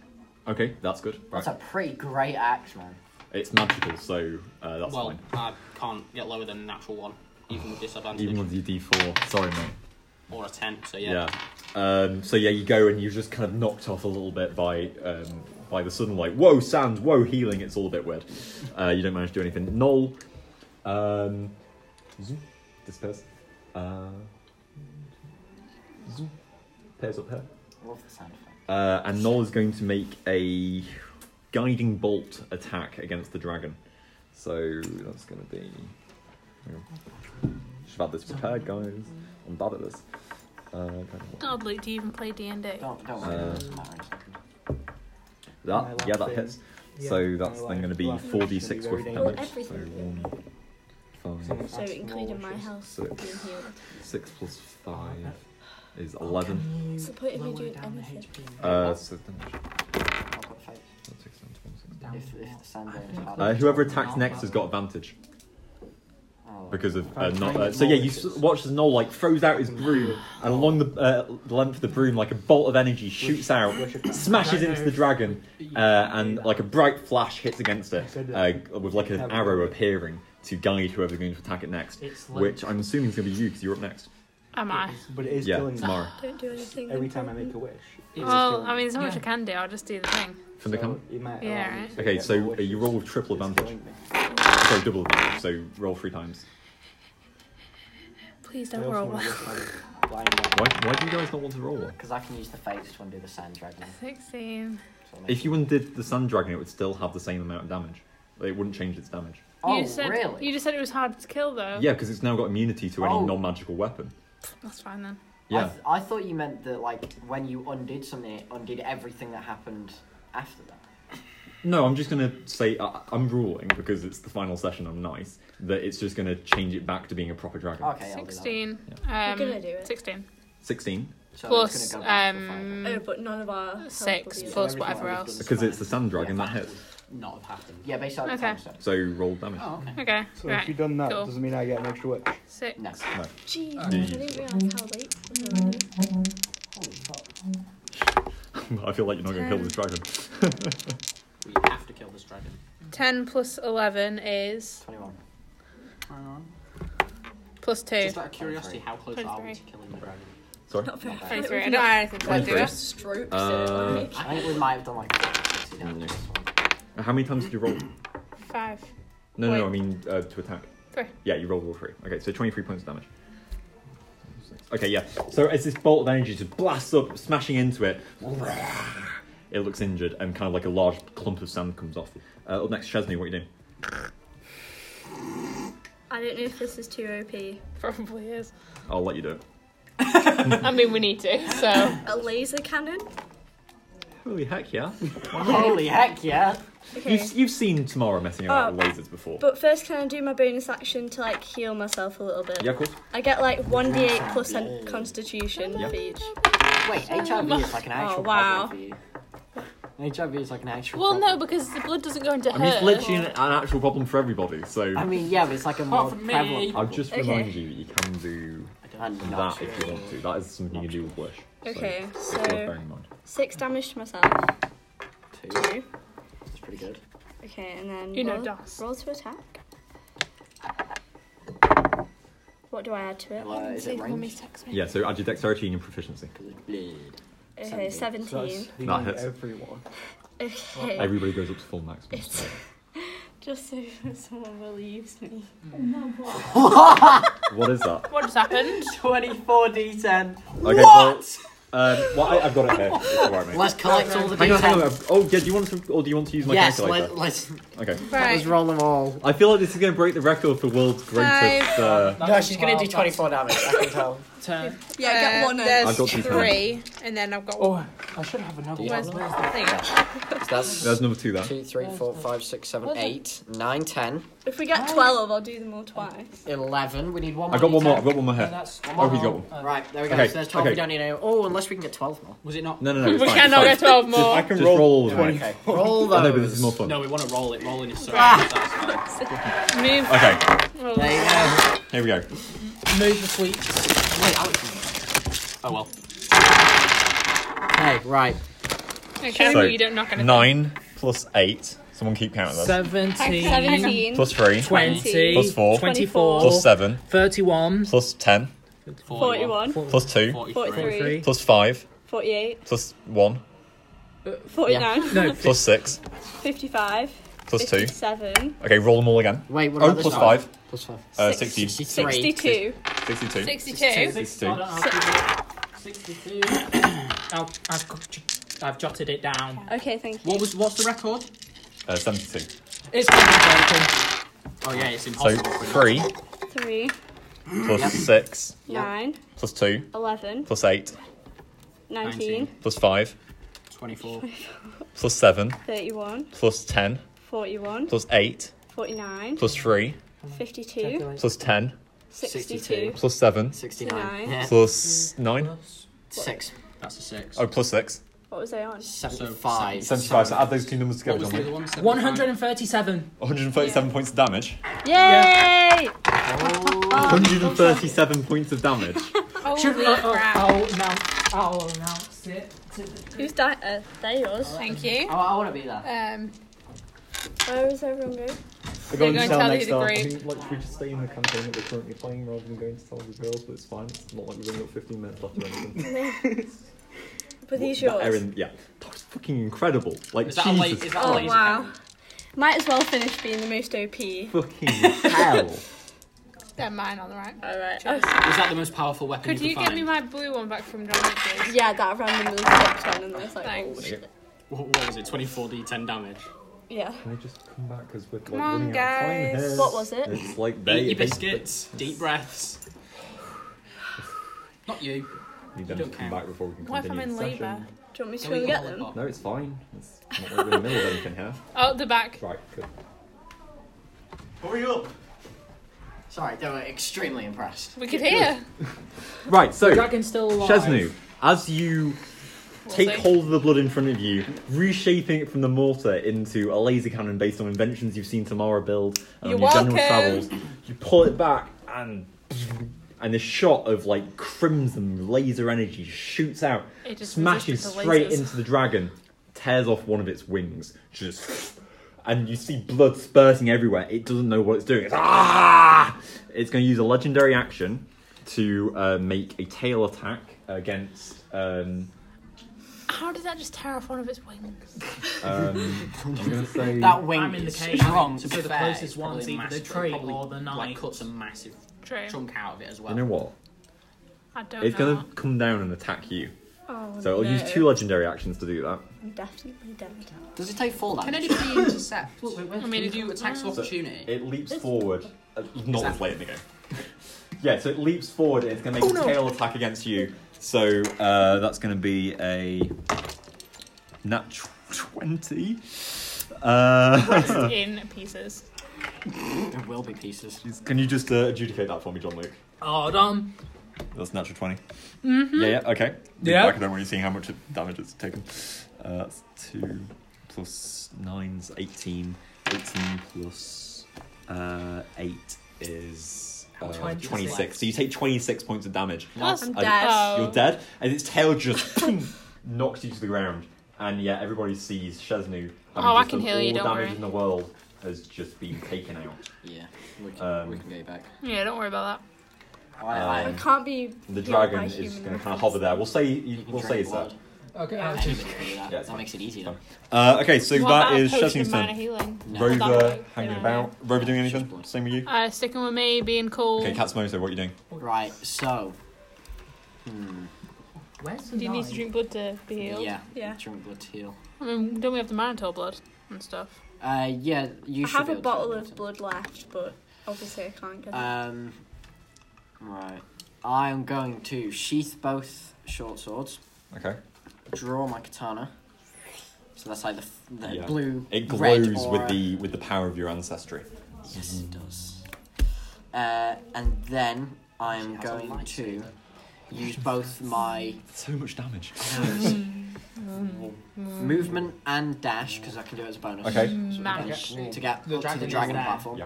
Okay, that's good. Right.
that's a pretty great axe, man.
It's magical, so uh, that's
well,
fine.
I can't get lower than a natural 1, even with disadvantage.
Even with your D4, sorry mate.
Or a 10, so yeah.
Yeah. Um, so yeah, you go and you're just kind of knocked off a little bit by um, by the sudden like whoa sand, whoa healing. It's all a bit weird. Uh, you don't manage to do anything. Null. Um, zoom. Disperse. Uh, zoom. Pairs up here.
I love the sound effect.
Uh, and Noel is going to make a guiding bolt attack against the dragon. So that's going to be. hang on. Should have had this prepared, guys. I'm bad at this. Uh, guiding bolt.
God, Luke, do you even play D&D?
Don't, don't
Uh,
worry, it doesn't matter.
That yeah, that hits. So that's then going to be
Well,
4d6
should be
worth of
very
damage.
dangerous.
So one, five,
So including my health being
six,
healed.
six plus five is 11.
What's the point of me doing anything?
Uh, so damage.
If, if the sand is hard.
Uh, whoever attacks next has got advantage.
Oh,
Because of uh, not, uh, so yeah, you s- watch as Noel like throws out his broom, and along the uh, the length of the broom, like a bolt of energy shoots out, smashes into the dragon, uh, and like a bright flash hits against it, uh, with like an arrow appearing to guide whoever's going to attack it next.
It's like-
Which I'm assuming is going to be you because you're up next.
Am I?
But it is
Yeah,
killing me.
tomorrow.
Don't do anything.
Every time I make a wish. it is
Well,
killing
I
me.
mean, there's not much I can do. I'll just do the thing.
From the com-
It might
Yeah,
allow me
right.
to
Okay,
get
so
more
uh, you roll with triple advantage. Sorry, double advantage. So roll three times.
Please
I
don't
also
roll
wanna
well.
Why, why do you guys not want to roll?
Because I can use the phased to undo the sand dragon.
16.
If you undid the Sun Dragon, it would still have the same amount of damage. It wouldn't change its damage.
Oh,
you just said, You just said it was hard to kill, though.
Yeah, because it's now got immunity to any
Oh.
non-magical weapon.
That's fine then.
Yeah.
I, th- I thought you meant that, like, when you undid something, it undid everything that happened after that.
No, I'm just gonna say I, I'm ruling because it's the final session. I'm nice that it's just gonna change it back to being a proper dragon.
Okay, I'll do that.
16. Um,
You're gonna do it.
16.
Sixteen.
Plus, um,
Oh, but none of our health
six
will be
plus
affected.
whatever else.
Because it's the Sun Dragon that hits.
Not have happened. Yeah, based on
Okay.
So roll damage.
Oh, okay.
Okay.
So
right.
if you've done that,
cool.
doesn't mean I get an extra witch.
Six.
No.
No.
Jeez,
Uh,
I didn't realise how late it was already.
I feel like you're not gonna kill
Ten.
this dragon.
We have to kill this dragon.
10 plus 11 is.
21.
Plus 2.
Just out of curiosity, how close are we to
23.
killing the dragon?
Sorry.
Not very
Twenty
hard.
three. I don't have anything to
Twenty
do
three.
it.
Strokes
Uh,
it.
I think we might have done, like, 60 damage.
How many times did you roll?
5.
No, no, no, I
Wait.
mean uh, to attack.
Three.
Yeah, you rolled all three. Okay, so 23 points of damage. Okay, yeah. So as this bolt of energy just blasts up, smashing into it, it looks injured, and kind of like a large clump of sand comes off. Uh, up next, Chesney, what are you doing?
I don't know if this is too OP.
Probably is.
I'll let you do it.
I mean, we need to, so.
A laser cannon?
Holy heck, yeah.
Holy heck, yeah.
Okay.
You've, you've seen Tomorrow messing about with lasers before.
But first, can I do my bonus action to like heal myself a little bit?
Yeah, of course.
I get like 1d8 plus an constitution
Yeah.
for each.
Wait, HIV is like an actual
Oh, wow.
problem for you. HIV is like an actual
Well,
problem.
no, because the blood doesn't go into
I
her.
mean, it's literally an, an actual problem for everybody, so.
I mean, yeah, but it's like a more
Apart from me.
prevalent
I'll just
Okay.
remind you that you can do
And
that if you want to. That is something you can do with Wish. So
Okay,
it's
so-
worth bearing in mind.
Six damage to myself.
Two. That's pretty good.
Okay, and then
You know
roll,
DOS.
roll to attack. What do I add to it?
Well, uh, is it ranged?
Yeah, so add your dexterity and your proficiency.
Okay,
So
17.
that's healing
That hits.
everyone.
Okay.
Everybody goes up to full max.
It's just so someone believes me.
What is that?
What just happened?
24 d10.
Okay, what? Well, um, well, I, I've got it here. It's all right, mate.
Let's collect all the
Hang on, hang on.
d10.
Oh, yeah. Do you want to, or do you want to use my
Yes,
calculator?
let, let's.
Okay.
Right.
Let's roll them all.
I feel like this is going to break the record for world's greatest. Uh,
No, she's gonna do 24 damage, I can tell.
Ten.
Yeah,
I get one, uh,
There's
I've got two
three, and then I've got one.
Oh, I should have another
Where's,
one.
where's the thing?
That's
There's number two there.
2, 3, 4, 5, 6, 7,
Where's it?
8, 9, 10,
If we get 12, I'll do them all twice.
11. We need one more.
I've got one more.
d10.
I've got one more here.
that's-
oh, he's got one.
Right, there we go.
Okay,
So there's 12.
okay.
We don't need any. Oh, unless we can get 12 more. Was it not?
No, no, no. It's
We
fine.
cannot
it's
get 12
fine.
more.
Just, I can roll. all of them.
Okay. Roll
I
those.
know, but this is more fun.
No, we want to roll it. Rolling is so
Ah! Move.
Okay,
Well,
There you go.
here we go.
Move the sweets.
Wait, Alex.
Oh well.
Hey, right.
okay,
So,
you don't knock anything.
Nine plus eight. Someone keep count of those.
17.
17.
Plus three.
20.
Plus four.
24.
Plus seven.
31.
Plus ten.
41.
Plus two.
43.
Plus five.
48.
Plus one.
49.
No,
Plus six.
55.
Plus two.
57.
Okay, roll them all again.
Wait, what
Oh,
about this
plus
one?
five.
Plus 5.
Uh,
Six-
60.
62.
62.
62.
62.
Sixty-two. I'll, I've, got- I've jotted it down.
Okay, thank you.
What was what's the record?
Uh, 72.
It's gonna be broken.
Oh yeah, it's
So
impossible. for
three
3,
plus six
9,
plus two
11,
plus eight
19,
plus five
24.
plus 7,
31,
plus 10,
41,
plus 8,
49,
plus 3,
52,
plus 10,
62,
plus 7,
69. Yeah.
plus 9.
Six. That's a
six.
Oh, plus 6.
What was I on?
75.
75, so add those two numbers together, Dominic.
137.
137 points of damage.
Oh,
Yay!
Oh,
137 points of damage.
Should we? Oh,
uh,
Holy
oh,
crap.
uh,
I'll announce, I'll announce it.
Who's that? Uh, they yours.
Thank you.
Oh, I want to be there.
uh,
Um,
Where was everyone going?
We're
going to tell you the
I
group.
think, like, should we just stay in the campaign that we're currently playing rather than going to tell the girls, but it's fine. It's not like we've only got 15 minutes left or anything.
But these
That
yours.
Erin, yeah. That was fucking incredible. Like,
Is that a
Jesus
late- is that a
Oh
Christ.
wow. Might as well finish being the most OP.
Fucking hell.
they're mine on the right.
All right.
Is that the most powerful weapon
Could
you,
you
can
give
find?
me my blue one back from Dominic? please?
Yeah, that randomly popped on and it's like, oh
Thanks.
shit.
What, what was it? 24d10 damage.
Yeah.
Can I just come back because we're like,
Come on,
running out of time
guys.
here.
What was it?
It's like
Eat
they
your biscuits. Deep breaths. Not you.
Need them
You
to come back before we can
What if
continue
I'm in
the session.
labour?
Do you want me to
Can
go
we
and
go
get
with
them?
No, it's fine. It's not like we're in the middle of anything here.
Oh, they're back.
Right, good.
Hurry up! Sorry, they were extremely impressed.
We could hear.
Right, so
dragon's still alive.
Shesnu, as you
We'll
take
see.
hold of the blood in front of you, reshaping it from the mortar into a laser cannon based on inventions you've seen Tamara build and
You're
on your general
welcome.
travels, you pull it back and and the shot of like crimson laser energy shoots out,
It just
smashes
resisted the
straight
lasers.
into the dragon, tears off one of its wings, just and you see blood spurting everywhere. It doesn't know what it's doing. It's, ah! it's going to use a legendary action to uh, make a tail attack against. Um,
How did that just tear off one of its wings?
um, I'm going to say
That wing
I'm in the
is
cave.
strong, to
So
be
the
fair.
closest one's
probably
either the
massive,
tree
probably,
or the knife.
like, cuts a massive chunk out of it as well.
You know what?
I don't
It's
know.
going to come down and attack you.
Oh,
so it'll use
no.
two legendary actions to do that.
I'm definitely dead.
Does it take full
Can
damage?
anybody intercept? I mean,
mean,
do attacks of
So
opportunity?
it leaps forward. Uh, not as late in the game. yeah, so it leaps forward and it's going to make
Oh,
a
no.
tail attack against you. So uh, that's going to be a nat 20. Uh,
Rest in pieces.
There will be pieces.
can you just uh, adjudicate that for me, John Luke?
Hold on.
That's natural 20.
Mm-hmm.
Mhm.
Yeah, yeah, okay.
Yeah.
I don't really see how much it- damage it's taken. Uh, that's 2 plus 9's 18. 18 plus uh, 8 is uh,
26.
26. So you take 26 points of damage.
That's- I'm
And
dead. Oh.
You're dead, and its tail just boom, knocks you to the ground. And yeah, everybody sees Shesnu. having
Oh, I
just
can
done
heal you,
all the
don't
damage
worry.
in the world has just been taken out.
Yeah, we can,
um,
go back.
Yeah, don't worry about
I can't be
The
healed
dragon
by
is
human
going to kind of hover there. We'll say we'll say it's that.
Okay,
Yeah,
Uh,
I'll
anybody
just-
can do that. that makes it easier.
Uh, okay, so
What
that
about a
is
potion of
Shesnu's
minor
turn.
healing? No. Hold on,
Rover
wait,
hanging
wait.
about. Rover doing anything? Same with you.
that. Uh, sticking with me, being cool.
Okay, Katsumoto, what are you doing?
Right, so. Hmm.
Where's
Do you need to drink blood to be healed?
Yeah, drink blood to heal.
I mean, don't we have the minotaur blood and stuff?
Uh, yeah, you
I
should
have
be
a
able to
bottle
do
of blood left, but obviously I can't get
that.
it.
Um, right. I am going to sheath both short swords,
Okay.
draw my katana. So that's like the, f- the
Yeah.
blue.
It
red
glows with
aura.
the with the power of your ancestry.
Yes, it does. Uh, and then I am going to use both my
So much damage.
movement and dash because I can do it as a bonus.
Okay.
So
Nice.
I can- To get
The
up to the
dragon is
dragon
there.
platform.
Yeah.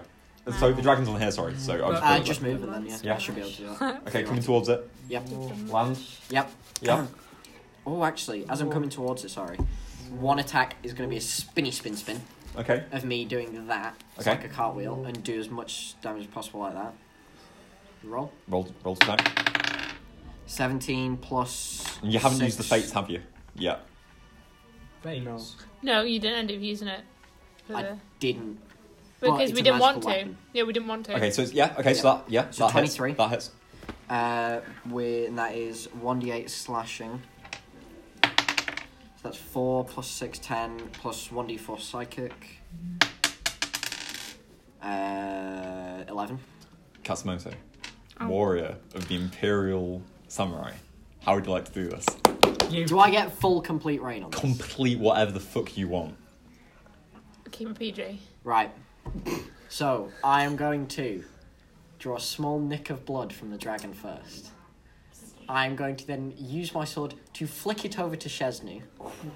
So the dragon's on here. Sorry. So I'm
Uh,
just, going
just
to-
moving then, yeah.
Yeah.
I should be able to do that.
Okay, coming towards it.
Yep.
Land.
Yep.
Yep.
Oh, actually, as I'm coming towards it, sorry, one attack is going to be a spinny spin spin.
Okay.
Of me doing that. It's
Okay.
like a cartwheel and do as much damage as possible like that. Roll.
Roll roll to attack.
17 plus.
And you haven't used the
six.
fates, have you? Yeah.
No, you didn't end up using it. for
I
the-
didn't. but
Because
it's
we
a
didn't want
magical
to. Yeah, we didn't want to.
Okay. So it's, yeah. Okay. So that yeah.
So
that hits.
23.
That hits.
Uh, we and that is 1d8 slashing. So that's 4 plus 6, 10 plus 1d4 psychic. Uh, 11.
Katsumoto,
Oh.
warrior of the imperial samurai. How would you like to do this?
Do I get full complete rain on?
Complete whatever the fuck you want.
Keep a PJ.
Right. So I am going to draw a small nick of blood from the dragon first. I am going to then use my sword to flick it over to Shesnu,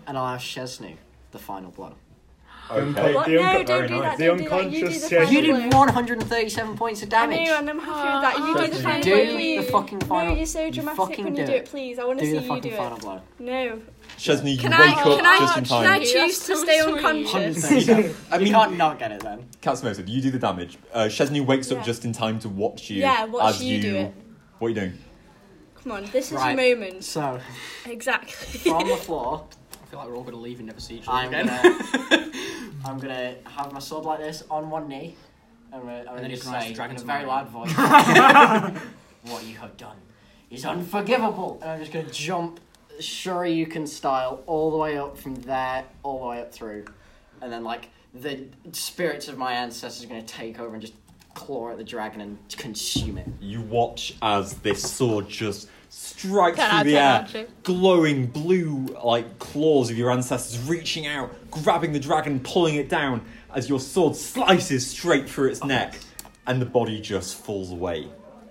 and I'll have Shesnu the final blow.
Okay, What? the No, unco- don't very do that, nice. the don't do that, you do unconscious the final
You
blow.
did 137 points of damage.
I know, and I'm happy with that. You do the
Shesnu,
final
do
blow.
the fucking final.
No, you're so dramatic
fucking
when you do it, please. I want to
Do
see
the
you
fucking
do
final
it.
blow.
No.
Chesney, you
Can
wake
I-
up
can I-
just in
can I
time.
choose to stay unconscious?
137. I mean, you can't not get it then.
Cat's Method, you do the damage. Uh, Chesney wakes up just in time to watch you.
Yeah, watch
as
you do it.
What are you doing?
Come on, this is
Right.
your moment.
So
Exactly.
from the floor,
I feel like we're all going to leave and never see each other
I'm
again.
gonna, I'm gonna have my sword like this on one knee, and I'm gonna, I'm
then
gonna
you
just
can rise
say
to Dragon's
in a very loud
Mine.
voice, "What you have done is unforgivable." And I'm just gonna jump Shoryuken style all the way up from there, all the way up through, and then like the spirits of my ancestors are gonna take over and just claw at the dragon and consume it.
You watch as this sword just strikes
Can I
through the
turn
air,
on you?
glowing blue like claws of your ancestors reaching out, grabbing the dragon, pulling it down as your sword slices straight through its neck, and the body just falls away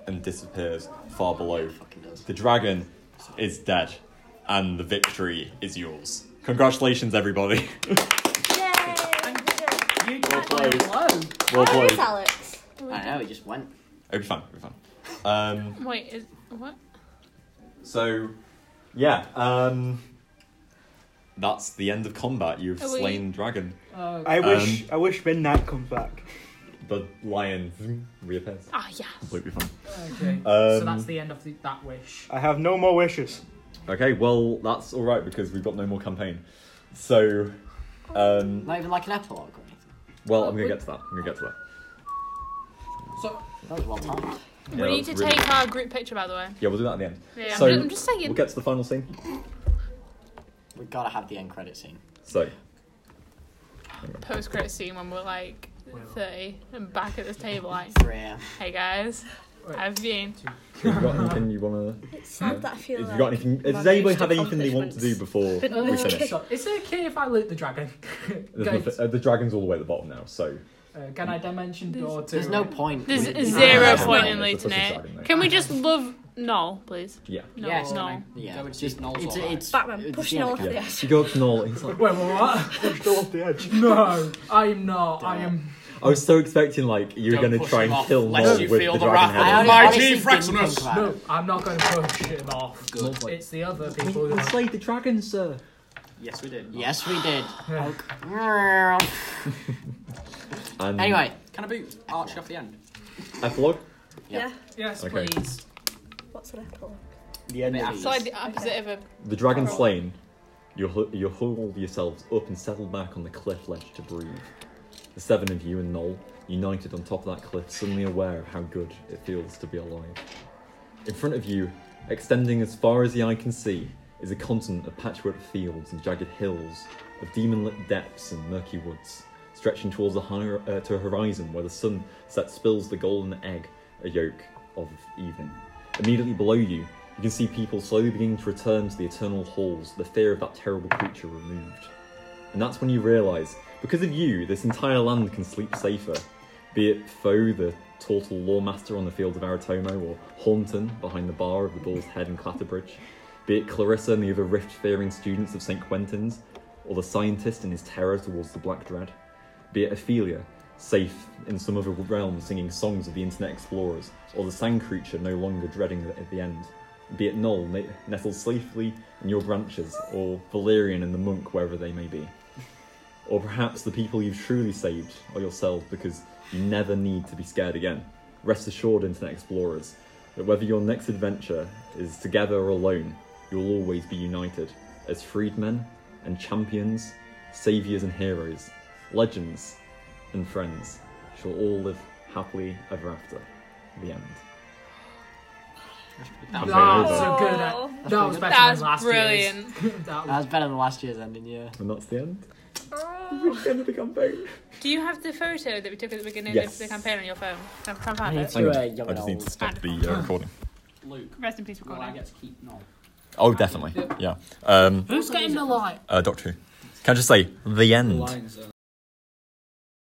and disappears far below. The dragon is dead, and the victory is yours. Congratulations, everybody.
You
Well played. Well played.
Alex?
I know, he just went.
It'll be fun. It'll be fun. Um,
Wait, is what?
So, yeah, um, that's the end of combat. You've
Are we-
slain dragon.
Oh.
I wish
Um,
I wish midnight comes back.
the lion zoom, reappears.
Ah, yes.
Completely fun.
Okay. so
Um,
that's the end of the, that wish.
I have no more wishes.
Okay, well that's all right because we've got no more campaign. So, um,
Not even like an epilogue. or anything.
well, I'm gonna get to that. I'm gonna get to that.
So that was well timed.
Yeah,
we need to
that's really-
take our group picture, by the way.
Yeah, we'll do that at the end.
Yeah, I'm
so
ju- I'm just saying.
We'll get to the final scene.
We gotta have the end credit scene.
So,
Post credit scene when we're like 30 and back at this table, like,
3 a.m.
hey guys, I've been.
have you got anything you wanna?
It's sad that I feel
Have you
like
got anything?
my
Does anybody
most
have anything they want to do before
But
we finish?
Is it okay if I loot the dragon?
There's
Go-
nothing- uh, the dragon's all the way at the bottom now, so
uh, can I dimension door to?
There's no point.
There's
We-
zero
Yeah.
point
Yeah.
in
It's a
looting
fucking dragon,
it.
mate.
Can we just love Noel, please?
Yeah.
No,
Yes,
no.
can Yeah, it's
just Noel's
it's,
alright.
it's
Batman,
push
Noel off the
yeah. You go up to Noel. He's like,
Wait, what?
Pushed off the edge.
No, I'm not. I am.
I was so expecting like you were
Don't
going to
push
try
him
and
off,
kill
lest
Noel
you
with
feel
the
the
dragon
wrath
head.
of Mighty
Fraxinus.
No, I'm not going to push him off. It's the other people.
We slayed the dragon, sir.
Yes, we did.
Yes, we did.
And
anyway,
Can I boot Archie off the end?
epilogue.
Yeah.
Yes,
Okay.
please.
What's an apple?
the end.
So like the opposite of a.
The dragon slain, you hu- you hauled yourselves up and settled back on the cliff ledge to breathe. The seven of you and Noel united on top of that cliff, suddenly aware of how good it feels to be alive. In front of you, extending as far as the eye can see, is a continent of patchwork fields and jagged hills, of demon-lit depths and murky woods, stretching towards a higher, uh, to a horizon where the sun set spills the golden egg, a yolk of even. Immediately below you, you can see people slowly beginning to return to the eternal halls, the fear of that terrible creature removed. And that's when you realise, because of you, this entire land can sleep safer. Be it Foe, the Tortle Lawmaster on the fields of Aratomo, or Haunton behind the bar of the Bull's Head and Clatterbridge. Be it Clarissa and the other rift fearing students of St. Quentin's, or the scientist in his terror towards the Black Dread. Be it Ophelia, safe in some other realm singing songs of the Internet Explorers, or the sand creature no longer dreading the- at the end. Be it Noel, na- nestled safely in your branches, or Valerian and the monk, wherever they may be. Or perhaps the people you've truly saved are yourselves because you never need to be scared again. Rest assured, Internet Explorers, that whether your next adventure is together or alone, you'll always be united as freedmen and champions, saviors and heroes, legends and friends shall all live happily ever after. The end.
That
Campaign over.
was so good.
That's
That,
pretty
that was
good.
better
That's
than last
brilliant.
year's. that
That
was
was better than last year's ending, yeah.
And that's the end. Ah.
Oh.
end of the campaign.
Do you have the photo that we took at the beginning
Yes.
of the campaign on your phone? Can I can I find
Hang
it?
on, I just need to stop the uh, recording.
Luke.
Rest in peace,
Will I
recording.
get to keep Noel?
Oh, definitely. Yeah. Um,
Who's getting the light?
uh, Doctor Who. Can I just say the end?
lines are-